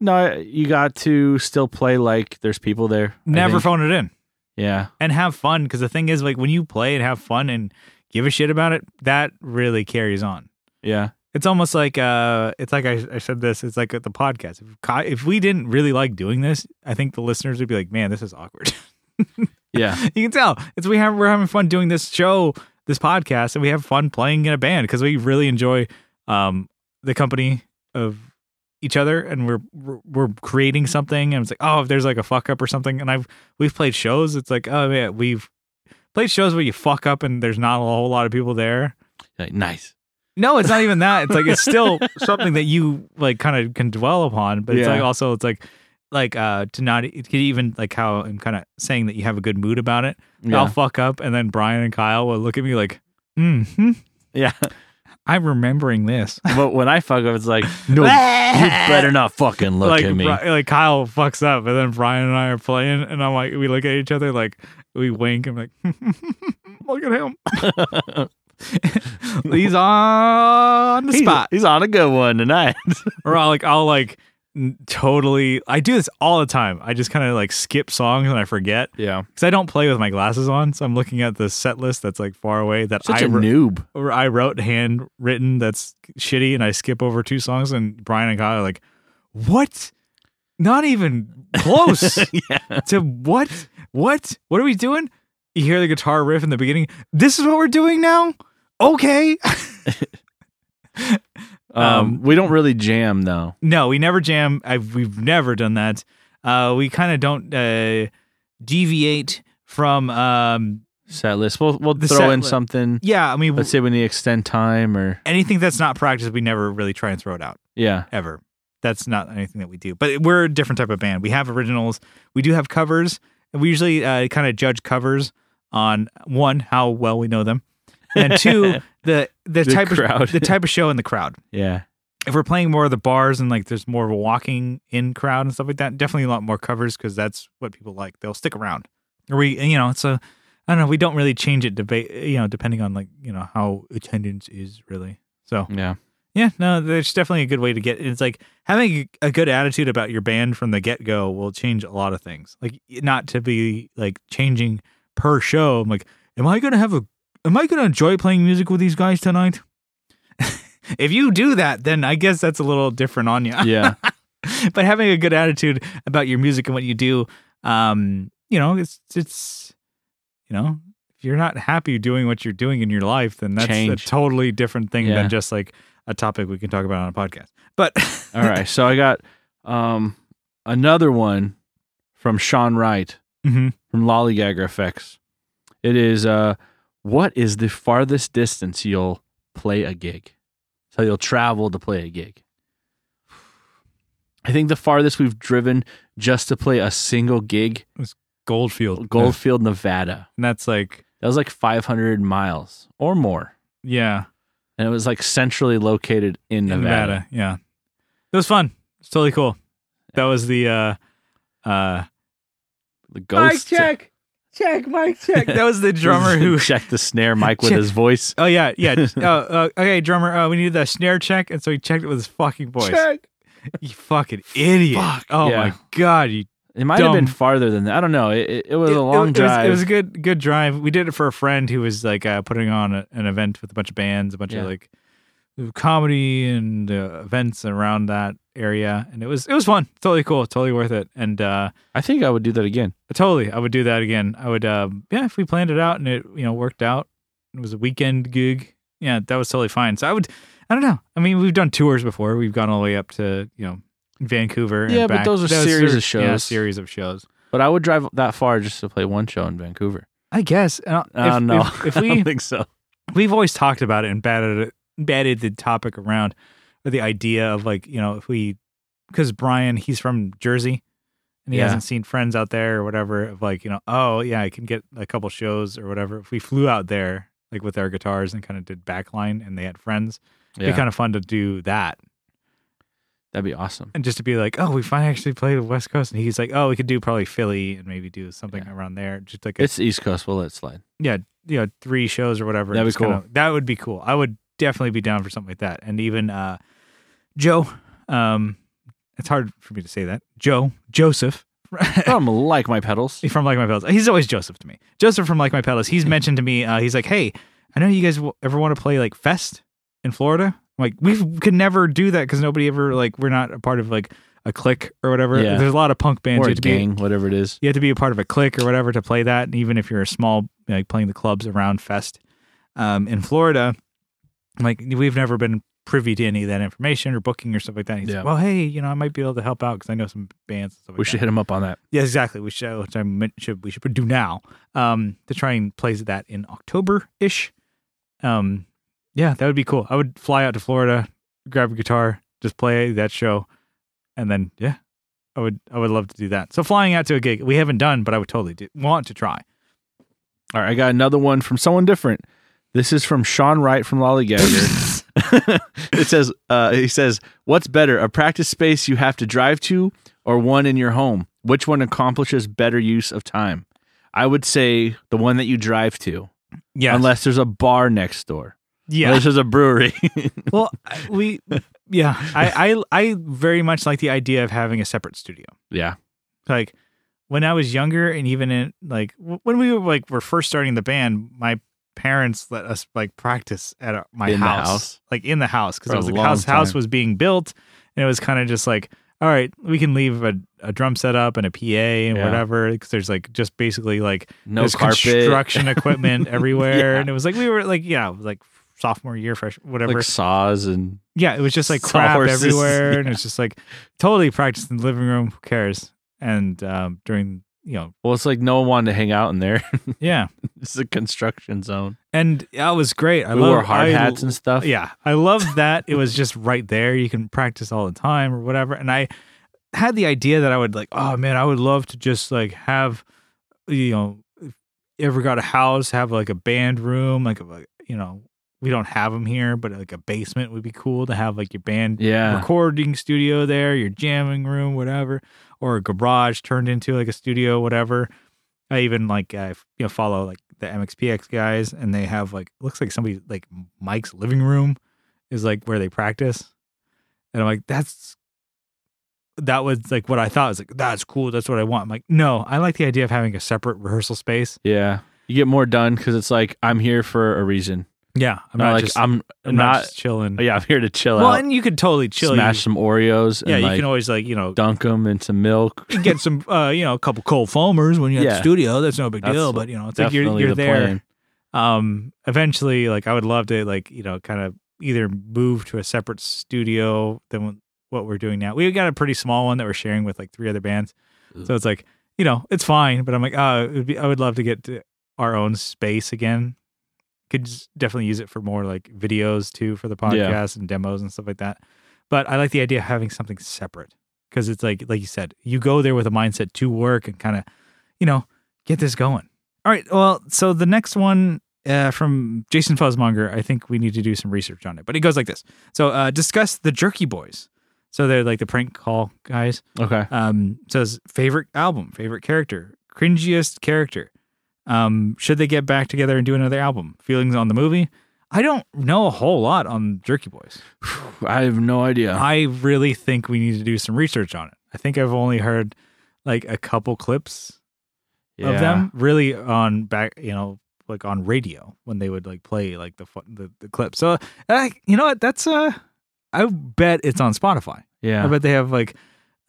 no, you got to still play like there's people there. I Never think. phone it in yeah. and have fun because the thing is like when you play and have fun and give a shit about it, that really carries on. Yeah. It's almost like uh, it's like I, I said this. It's like at the podcast. If, co- if we didn't really like doing this, I think the listeners would be like, "Man, this is awkward." Yeah. you can tell it's we have we're having fun doing this show, this podcast, and we have fun playing in a band because we really enjoy um, the company of each other, and we're we're we're creating something. And it's like, oh, if there's like a fuck up or something, and I've we've played shows. It's like, oh yeah, we've played shows where you fuck up and there's not a whole lot of people there. Like, nice. No, it's not even that. It's like it's still something that you like kind of can dwell upon, but it's Yeah. like also it's like like uh to not it could even like how I'm kind of saying that you have a good mood about it. I'll Yeah. fuck up, and then Brian and Kyle will look at me like, "Hmm, Yeah. I'm remembering this." but when I fuck up, it's like, no, you better not fucking look like, at me. Bri- like Kyle fucks up, and then Brian and I are playing, and I'm like, we look at each other, like we wink, and like, look at him. He's on the He's- spot. He's, on a good one tonight. or I'll like I'll like n- totally I do this all the time. I just kind of like skip songs and I forget yeah. cuz I don't play with my glasses on. So I'm looking at the set list that's like far away that Such I a wr- noob. or I wrote handwritten that's shitty and I skip over two songs and Brian and Kyle are like, "What? Not even close yeah. to what? What? What are we doing?" You hear the guitar riff in the beginning. This is what we're doing now? Okay. Um, Um, we don't really jam though. No, we never jam. I've, we've never done that. Uh, we kind of don't uh, deviate from. Um, Set list. We'll we'll The throw set in li- something. yeah, I mean, Let's say we need to extend time or anything that's not practiced, we never really try and throw it out yeah. ever. That's not anything that we do. But we're a different type of band. We have originals. We do have covers. And we usually uh, kind of judge covers on one how well we know them, and two the The the, type crowd. of the type of show and the crowd. Yeah. if we're playing more of the bars and like there's more of a walking in crowd and stuff like that, definitely a lot more covers because that's what people like. They'll stick around. Or we, you know, it's a, I don't know, we don't really change it debate, you know, depending on like, you know, how attendance is really. So Yeah. yeah, no, there's definitely a good way to get. It's like having a good attitude about your band from the get go will change a lot of things. Like not to be like changing per show. I'm like, am I gonna have a? Am I gonna enjoy playing music with these guys tonight? if you do that, then I guess that's a little different on you. Yeah. but having a good attitude about your music and what you do, um, you know, it's it's, you know. If you're not happy doing what you're doing in your life, then that's Change. a totally different thing Yeah. than just like a topic we can talk about on a podcast. But All right. So I got um another one from Sean Wright Mhm. from Lollygagger Effects. It is uh what is the farthest distance you'll play a gig? So you'll travel to play a gig. I think the farthest we've driven just to play a single gig, Goldfield, Goldfield, Nevada. and that's like That was like 500 miles or more. yeah, And it was like centrally located in in Nevada. Nevada. yeah. It was fun. It's totally cool. That was the uh, uh, The ghost check, mic check. That was the drummer who. checked the snare mic with Check- his voice. Oh yeah, yeah. Uh, uh, okay, drummer. Uh, we needed that snare check, and so he checked it with his fucking voice. You fucking idiot! Fuck, oh yeah. my god, you It might have been Dumb. farther than that. I don't know. It, it, it was it- a it- long it was- drive. It was a good good drive. We did it for a friend who was like uh, putting on a, an event with a bunch of bands, a bunch Yeah. of like comedy and uh, events around that area, and it was it was fun. Totally cool. Totally worth it. And uh, I think I would do that again. totally, I would do that again. I would, um, yeah, if we planned it out and it you know worked out, it was a weekend gig. Yeah, that was totally fine. So I would, I don't know. I mean, we've done tours before. We've gone all the way up to you know Vancouver. and Yeah, but back. those are series of Yeah, shows. series of shows. But I would drive that far just to play one show in Vancouver. I guess. I don't, I don't if- know. If, if I we don't think so. we've always talked about it and batted it, batted the topic around or the idea of like you know if we because Brian he's from Jersey and he Yeah. hasn't seen friends out there or whatever of like you know oh yeah I can get a couple shows or whatever if we flew out there like with our guitars and kind of did backline and they had friends it'd Yeah. be kind of fun to do that That'd be awesome. and just to be like oh we finally actually played the West Coast and he's like oh we could do probably Philly and maybe do something around there just like a It's the East Coast. We'll let it slide. you know three shows or whatever. That'd be Just kinda- that would be cool. I would definitely be down for something like that. And even uh, Joe, um, it's hard for me to say that. Joe Joseph From Like My Pedals. from Like My Pedals. He's always Joseph to me. Joseph from Like My Pedals. He's mentioned to me. Uh, he's like, hey, I know you guys w- ever want to play like Fest in Florida. I'm like we could never do that because nobody ever like we're not a part of like a clique or whatever. Yeah. There's a lot of punk bands or a you have to be gang, whatever it is. you have to be a part of a clique or whatever to play that. And even if you're a small, like playing the clubs around Fest um, in Florida, like we've never been privy to any of that information or booking or stuff like that. He's Yeah. like, well, hey, you know, I might be able to help out because I know some bands. And stuff like We should that. hit him up on that. yeah, exactly. We should, which I meant should we should do now um, to try and play that in October ish. Um, yeah, that would be cool. I would fly out to Florida, grab a guitar, just play that show, and then yeah, I would I would love to do that. So flying out to a gig we haven't done, but I would totally do, want to try. All right, I got another one from someone different. This is from Sean Wright from Lollygagger. it says, uh, he says, what's better, a practice space you have to drive to or one in your home? Which one accomplishes better use of time? I would say the one that you drive to, Yeah, unless there's a bar next door. yeah. Unless there's a brewery. well, I- we yeah, I, I I very much like the idea of having a separate studio. yeah. like when I was younger and even in like w- when we were like were first starting the band, my parents let us like practice at our, my In the house, house? like in the house because For it a was the long house house time. was being built and it was kind of just like all right, we can leave a, a drum set up and a PA and Yeah. whatever because there's like just basically like No there's carpet. construction equipment everywhere Yeah. and it was like we were like yeah it was like sophomore year fresh whatever Like saws and yeah, it was just like crap Sawhorses, everywhere, and it was just like totally practiced in the living room. Who cares? And um, during you know, well, it's like no one wanted to hang out in there. yeah, it's a construction zone. and that was great. I we love wore hard I- hats and stuff. Yeah, I love that it was just right there. You can practice all the time or whatever. And I had the idea that I would like, oh man, I would love to just like have, you know, if you ever got a house, have like a band room, like a like, you know, we don't have them here, but like a basement would be cool to have like your band Yeah. recording studio there, your jamming room, whatever, or a garage turned into like a studio, whatever. I even like I f- you know follow like the MXPX guys, and they have like looks like somebody like Mike's living room is like where they practice, and I'm like that's that was like what I thought I was like that's cool, that's what I want. I'm like no, I like the idea of having a separate rehearsal space. Yeah. You get more done because it's like I'm here for a reason. Yeah, I'm Not not like just, I'm, I'm, not, not. just chilling. yeah, I'm here to chill well, out, and you could totally chill. smash you, some Oreos, yeah, and you like can always like you know dunk them in some milk. you get some uh, you know a couple cold foamers when you're at Yeah. the studio. That's no big That's deal, but you know it's like Definitely you're you're the there. plan. Um, eventually, like I would love to like you know kind of either move to a separate studio than what we're doing now. We got a pretty small one that we're sharing with like three other bands, Ugh. so it's like you know it's fine. But I'm like, oh, it would be, I would love to get to our own space again. Could s- definitely use it for more like videos too for the podcast Yeah. and demos and stuff like that. But I like the idea of having something separate because it's like like you said you go there with a mindset to work and kind of you know get this going all right well so the next one uh, from jason fuzzmonger i think we need to do some research on it but it goes like this so uh, discuss the jerky boys so they're like the prank call guys Okay. um says favorite album favorite character cringiest character um should they get back together and do another album feelings on the movie i don't know a whole lot on jerky boys I have no idea. I really think we need to do some research on it. I think I've only heard like a couple clips yeah. of them really on back, you know, like on radio when they would like play like the fu- the, the clips. So, I, you know what? That's uh, I bet it's on Spotify. I Yeah. bet they have like,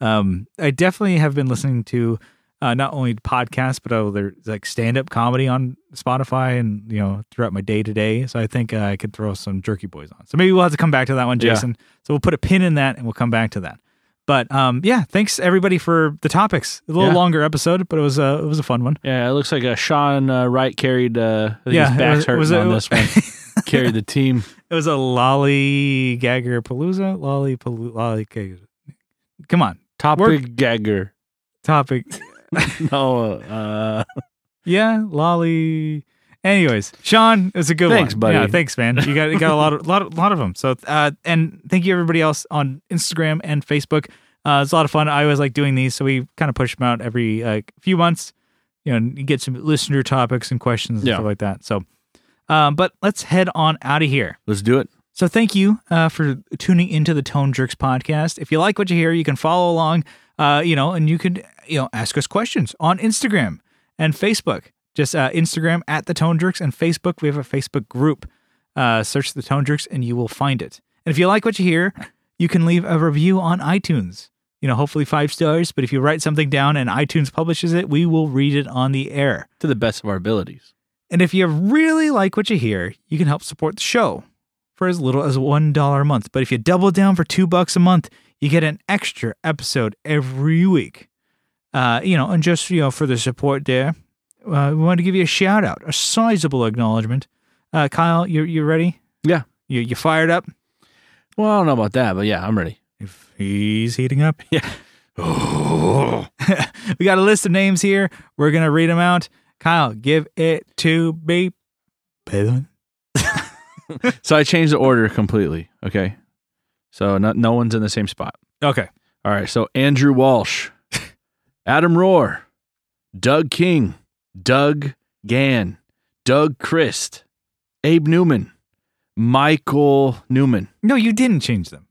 um, I definitely have been listening to uh, not only podcasts but other like stand up comedy on Spotify and you know throughout my day to day. So I think uh, I could throw some Jerky Boys on. So maybe we'll have to come back to that one, Yeah. Jason. So we'll put a pin in that and we'll come back to that. But um, yeah, thanks everybody for the topics. A little Yeah. longer episode, but it was uh, it was a fun one. yeah. It looks like uh, Sean uh, Wright carried. Uh, I think Yeah, his it back's was- hurting was it- on this one. carried the team. It was a lolly gagger palooza, lolly paloo- lolly. Come on, Topic Work- gagger. topic. No. Uh, Yeah, lolly. Anyways, Sean, it's a good Thanks, one. buddy. Yeah, thanks, man. You got you got a lot of lot of, lot of them. So, uh, and thank you everybody else on Instagram and Facebook. Uh, it's a lot of fun. I always like doing these, so we kind of push them out every uh, few months. You know, and you get some listener topics and questions and Yeah. stuff like that. So, um, but let's head on out of here. let's do it. So thank you uh, for tuning into the Tone Jerks podcast. If you like what you hear, you can follow along, uh, you know, and you could you know ask us questions on Instagram and Facebook. Just uh, Instagram at the Tone Jerks and Facebook. We have a Facebook group. Uh, search the Tone Jerks and you will find it. And if you like what you hear, you can leave a review on iTunes. You know, hopefully five stars, but if you write something down and iTunes publishes it, we will read it on the air. to the best of our abilities. And if you really like what you hear, you can help support the show for as little as $1 a month. But if you double down for 2 bucks a month, you get an extra episode every week. Uh, you know, and just, you know, for the support there, uh, we want to give you a shout out, a sizable acknowledgement. Uh, Kyle, you you ready? Yeah. You you fired up? Well, I don't know about that, but yeah, I'm ready. If he's heating up. Yeah. we got a list of names here. We're going to read them out. Kyle, give it to me. So I changed the order completely. Okay. So no, no one's in the same spot. Okay. All right. So Andrew Walsh, Adam Rohr, Doug King, Doug Gann, Doug Christ, Abe Newman, Michael Newman. No, you didn't change them.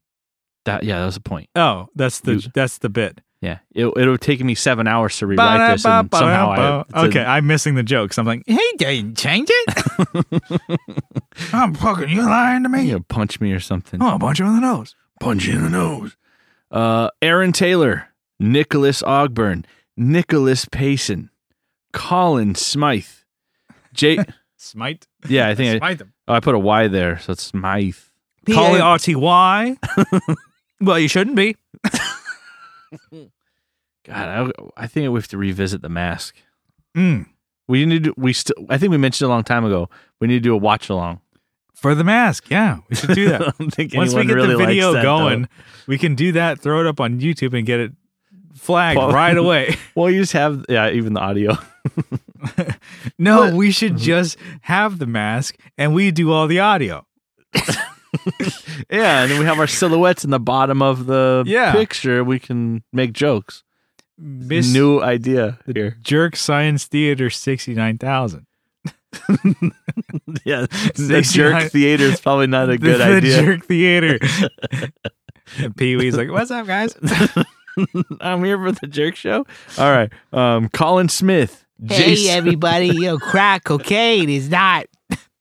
That yeah, that was the point. Oh, that's the You- that's the bit. Yeah, it it would have taken me seven hours to rewrite this, and somehow I it's a- okay, I'm missing the jokes. I'm like, he didn't change it. I'm fucking you lying to me. you know, punch me or something. Oh, a bunch of the nose. punch you in the nose. Uh, Aaron Taylor, Nicholas Ogburn, Nicholas Payson, Colin Smythe, Jay. Smite. yeah, I think I, Smite them. oh, I put a Y there, so it's Smythe. P A R T Y. Well, you shouldn't be. God, I, I think we have to revisit the mask. Mm. We need to, we still. I think we mentioned a long time ago. We need to do a watch along. For the mask. Yeah, we should do that. I don't think Once we anyone get really the likes video that, though. going, we can do that, throw it up on YouTube and get it flagged Well- right away. Well, you just have yeah, even the audio. No, we should just have the mask and we do all the audio. yeah, and then we have our silhouettes in the bottom of the Yeah. picture. We can make jokes. Miss New idea here. Jerk Science Theater 69,000. Yeah, the 69 jerk theater is probably not a good the, idea. Jerk Theater. And Pee Wee's like, what's up, guys? I'm here for the jerk show. All right, um, Colin Smith. Jason, everybody, yo, crack cocaine is not.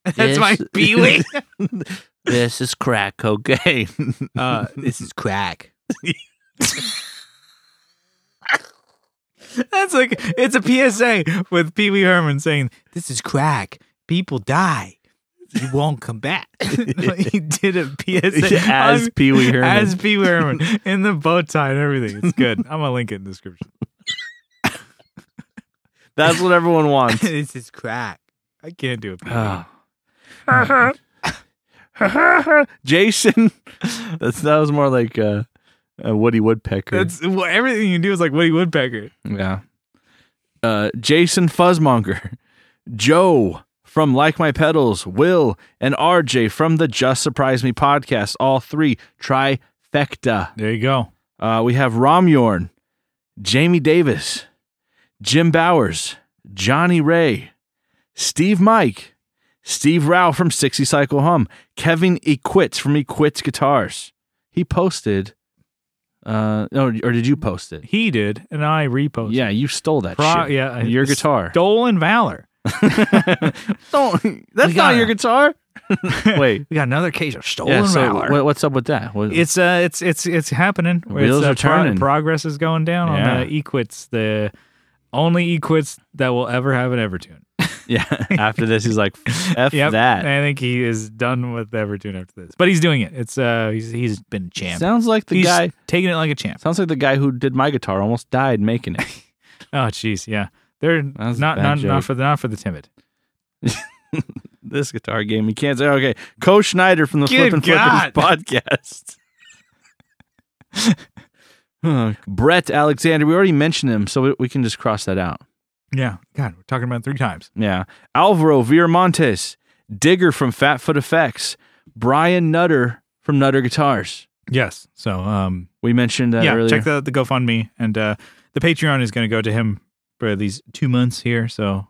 That's my Yes. Pee Wee. this is crack cocaine. Uh, this is crack. That's like, it's a PSA with Pee Wee Herman saying, this is crack. People die. You won't come back. he did a PSA As I'm- Pee Wee Herman. As Pee Wee Herman in the bow tie and everything. It's good. I'm gonna link it in the description. That's what everyone wants. this is crack. I can't do it. Ah. Jason. That's that was more like uh, a Woody Woodpecker. That's well, everything you do is like Woody Woodpecker. Yeah. Uh, Jason Fuzzmonger, Joe from Like My Pedals, Will, and RJ from the Just Surprise Me podcast. All three trifecta. There you go. Uh, we have Romyorn, Jamie Davis, Jim Bowers, Johnny Ray, Steve Mike, Steve Rao from 60 Cycle Hum, Kevin Equits from Equits Guitars. He posted, uh, no, or did you post it? He did, and I reposted. Yeah, you stole that Pro- shit. yeah, I- your guitar. Stolen valor. Don't. We got it. guitar. Wait. We got another case of stolen Yeah, so valor. what- what's up with that? What- it's uh, it's it's it's happening. Wheels it's, uh, are turning. progress is going down Yeah. on the equits, the only equits that will ever have an Evertune. yeah. After this, he's like, "F Yep, that." I think he is done with Evertune after this, but he's doing it. It's uh, he's he's been a champ. Sounds like the He's guy. taking it like a champ. Sounds like the guy who did my guitar almost died making it. Oh, jeez, yeah. They're was a not bad not joke. not for the not for the timid. this guitar game, you can't say. Okay, Co Schneider from the Good Flippin' Flippin' God. podcast. Huh. Brett Alexander, we already mentioned him, so we, we can just cross that out. Yeah, God, we're talking about it three times. Yeah. Alvaro Viramontes, Digger from Fatfoot Effects, Brian Nutter from Nutter Guitars. Yes. So, um, We mentioned that yeah, earlier. check the the GoFundMe and uh, the Patreon is going to go to him for these two months here. So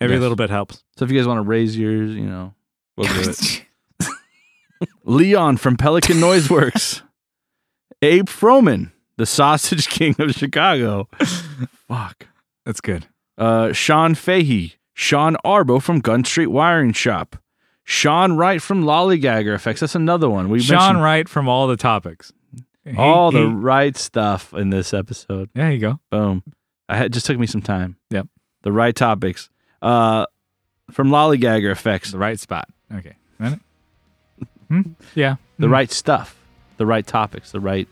every Yes. little bit helps. so if you guys want to raise yours, you know, we'll do it. Leon from Pelican Noise Works. Abe Froman, the Sausage King of Chicago. Fuck. That's good. Uh, Sean Fahey, Sean Arbo from Gun Street Wiring Shop, Sean Wright from Lollygagger Effects. That's another one. We Sean mentioned Wright from all the topics. He- all the he- right stuff in this episode. there you go. Boom. I had, just took me some time. Yep. The right topics. Uh, from Lollygagger Effects. The right spot. Okay. Got it? Hmm? Yeah. The Hmm. right stuff. The right topics. The right.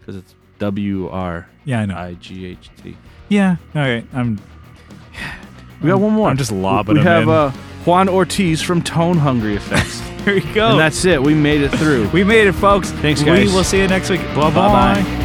Because it's W R Yeah, I know. I G H T. Yeah. All right. I'm. We got one more. I'm just lobbing We them have in. Uh, Juan Ortiz from Tone Hungry Effects. Here we go. and that's it. We made it through. we made it, folks. Thanks, We guys. will see you next week. Bye Bye-bye. bye.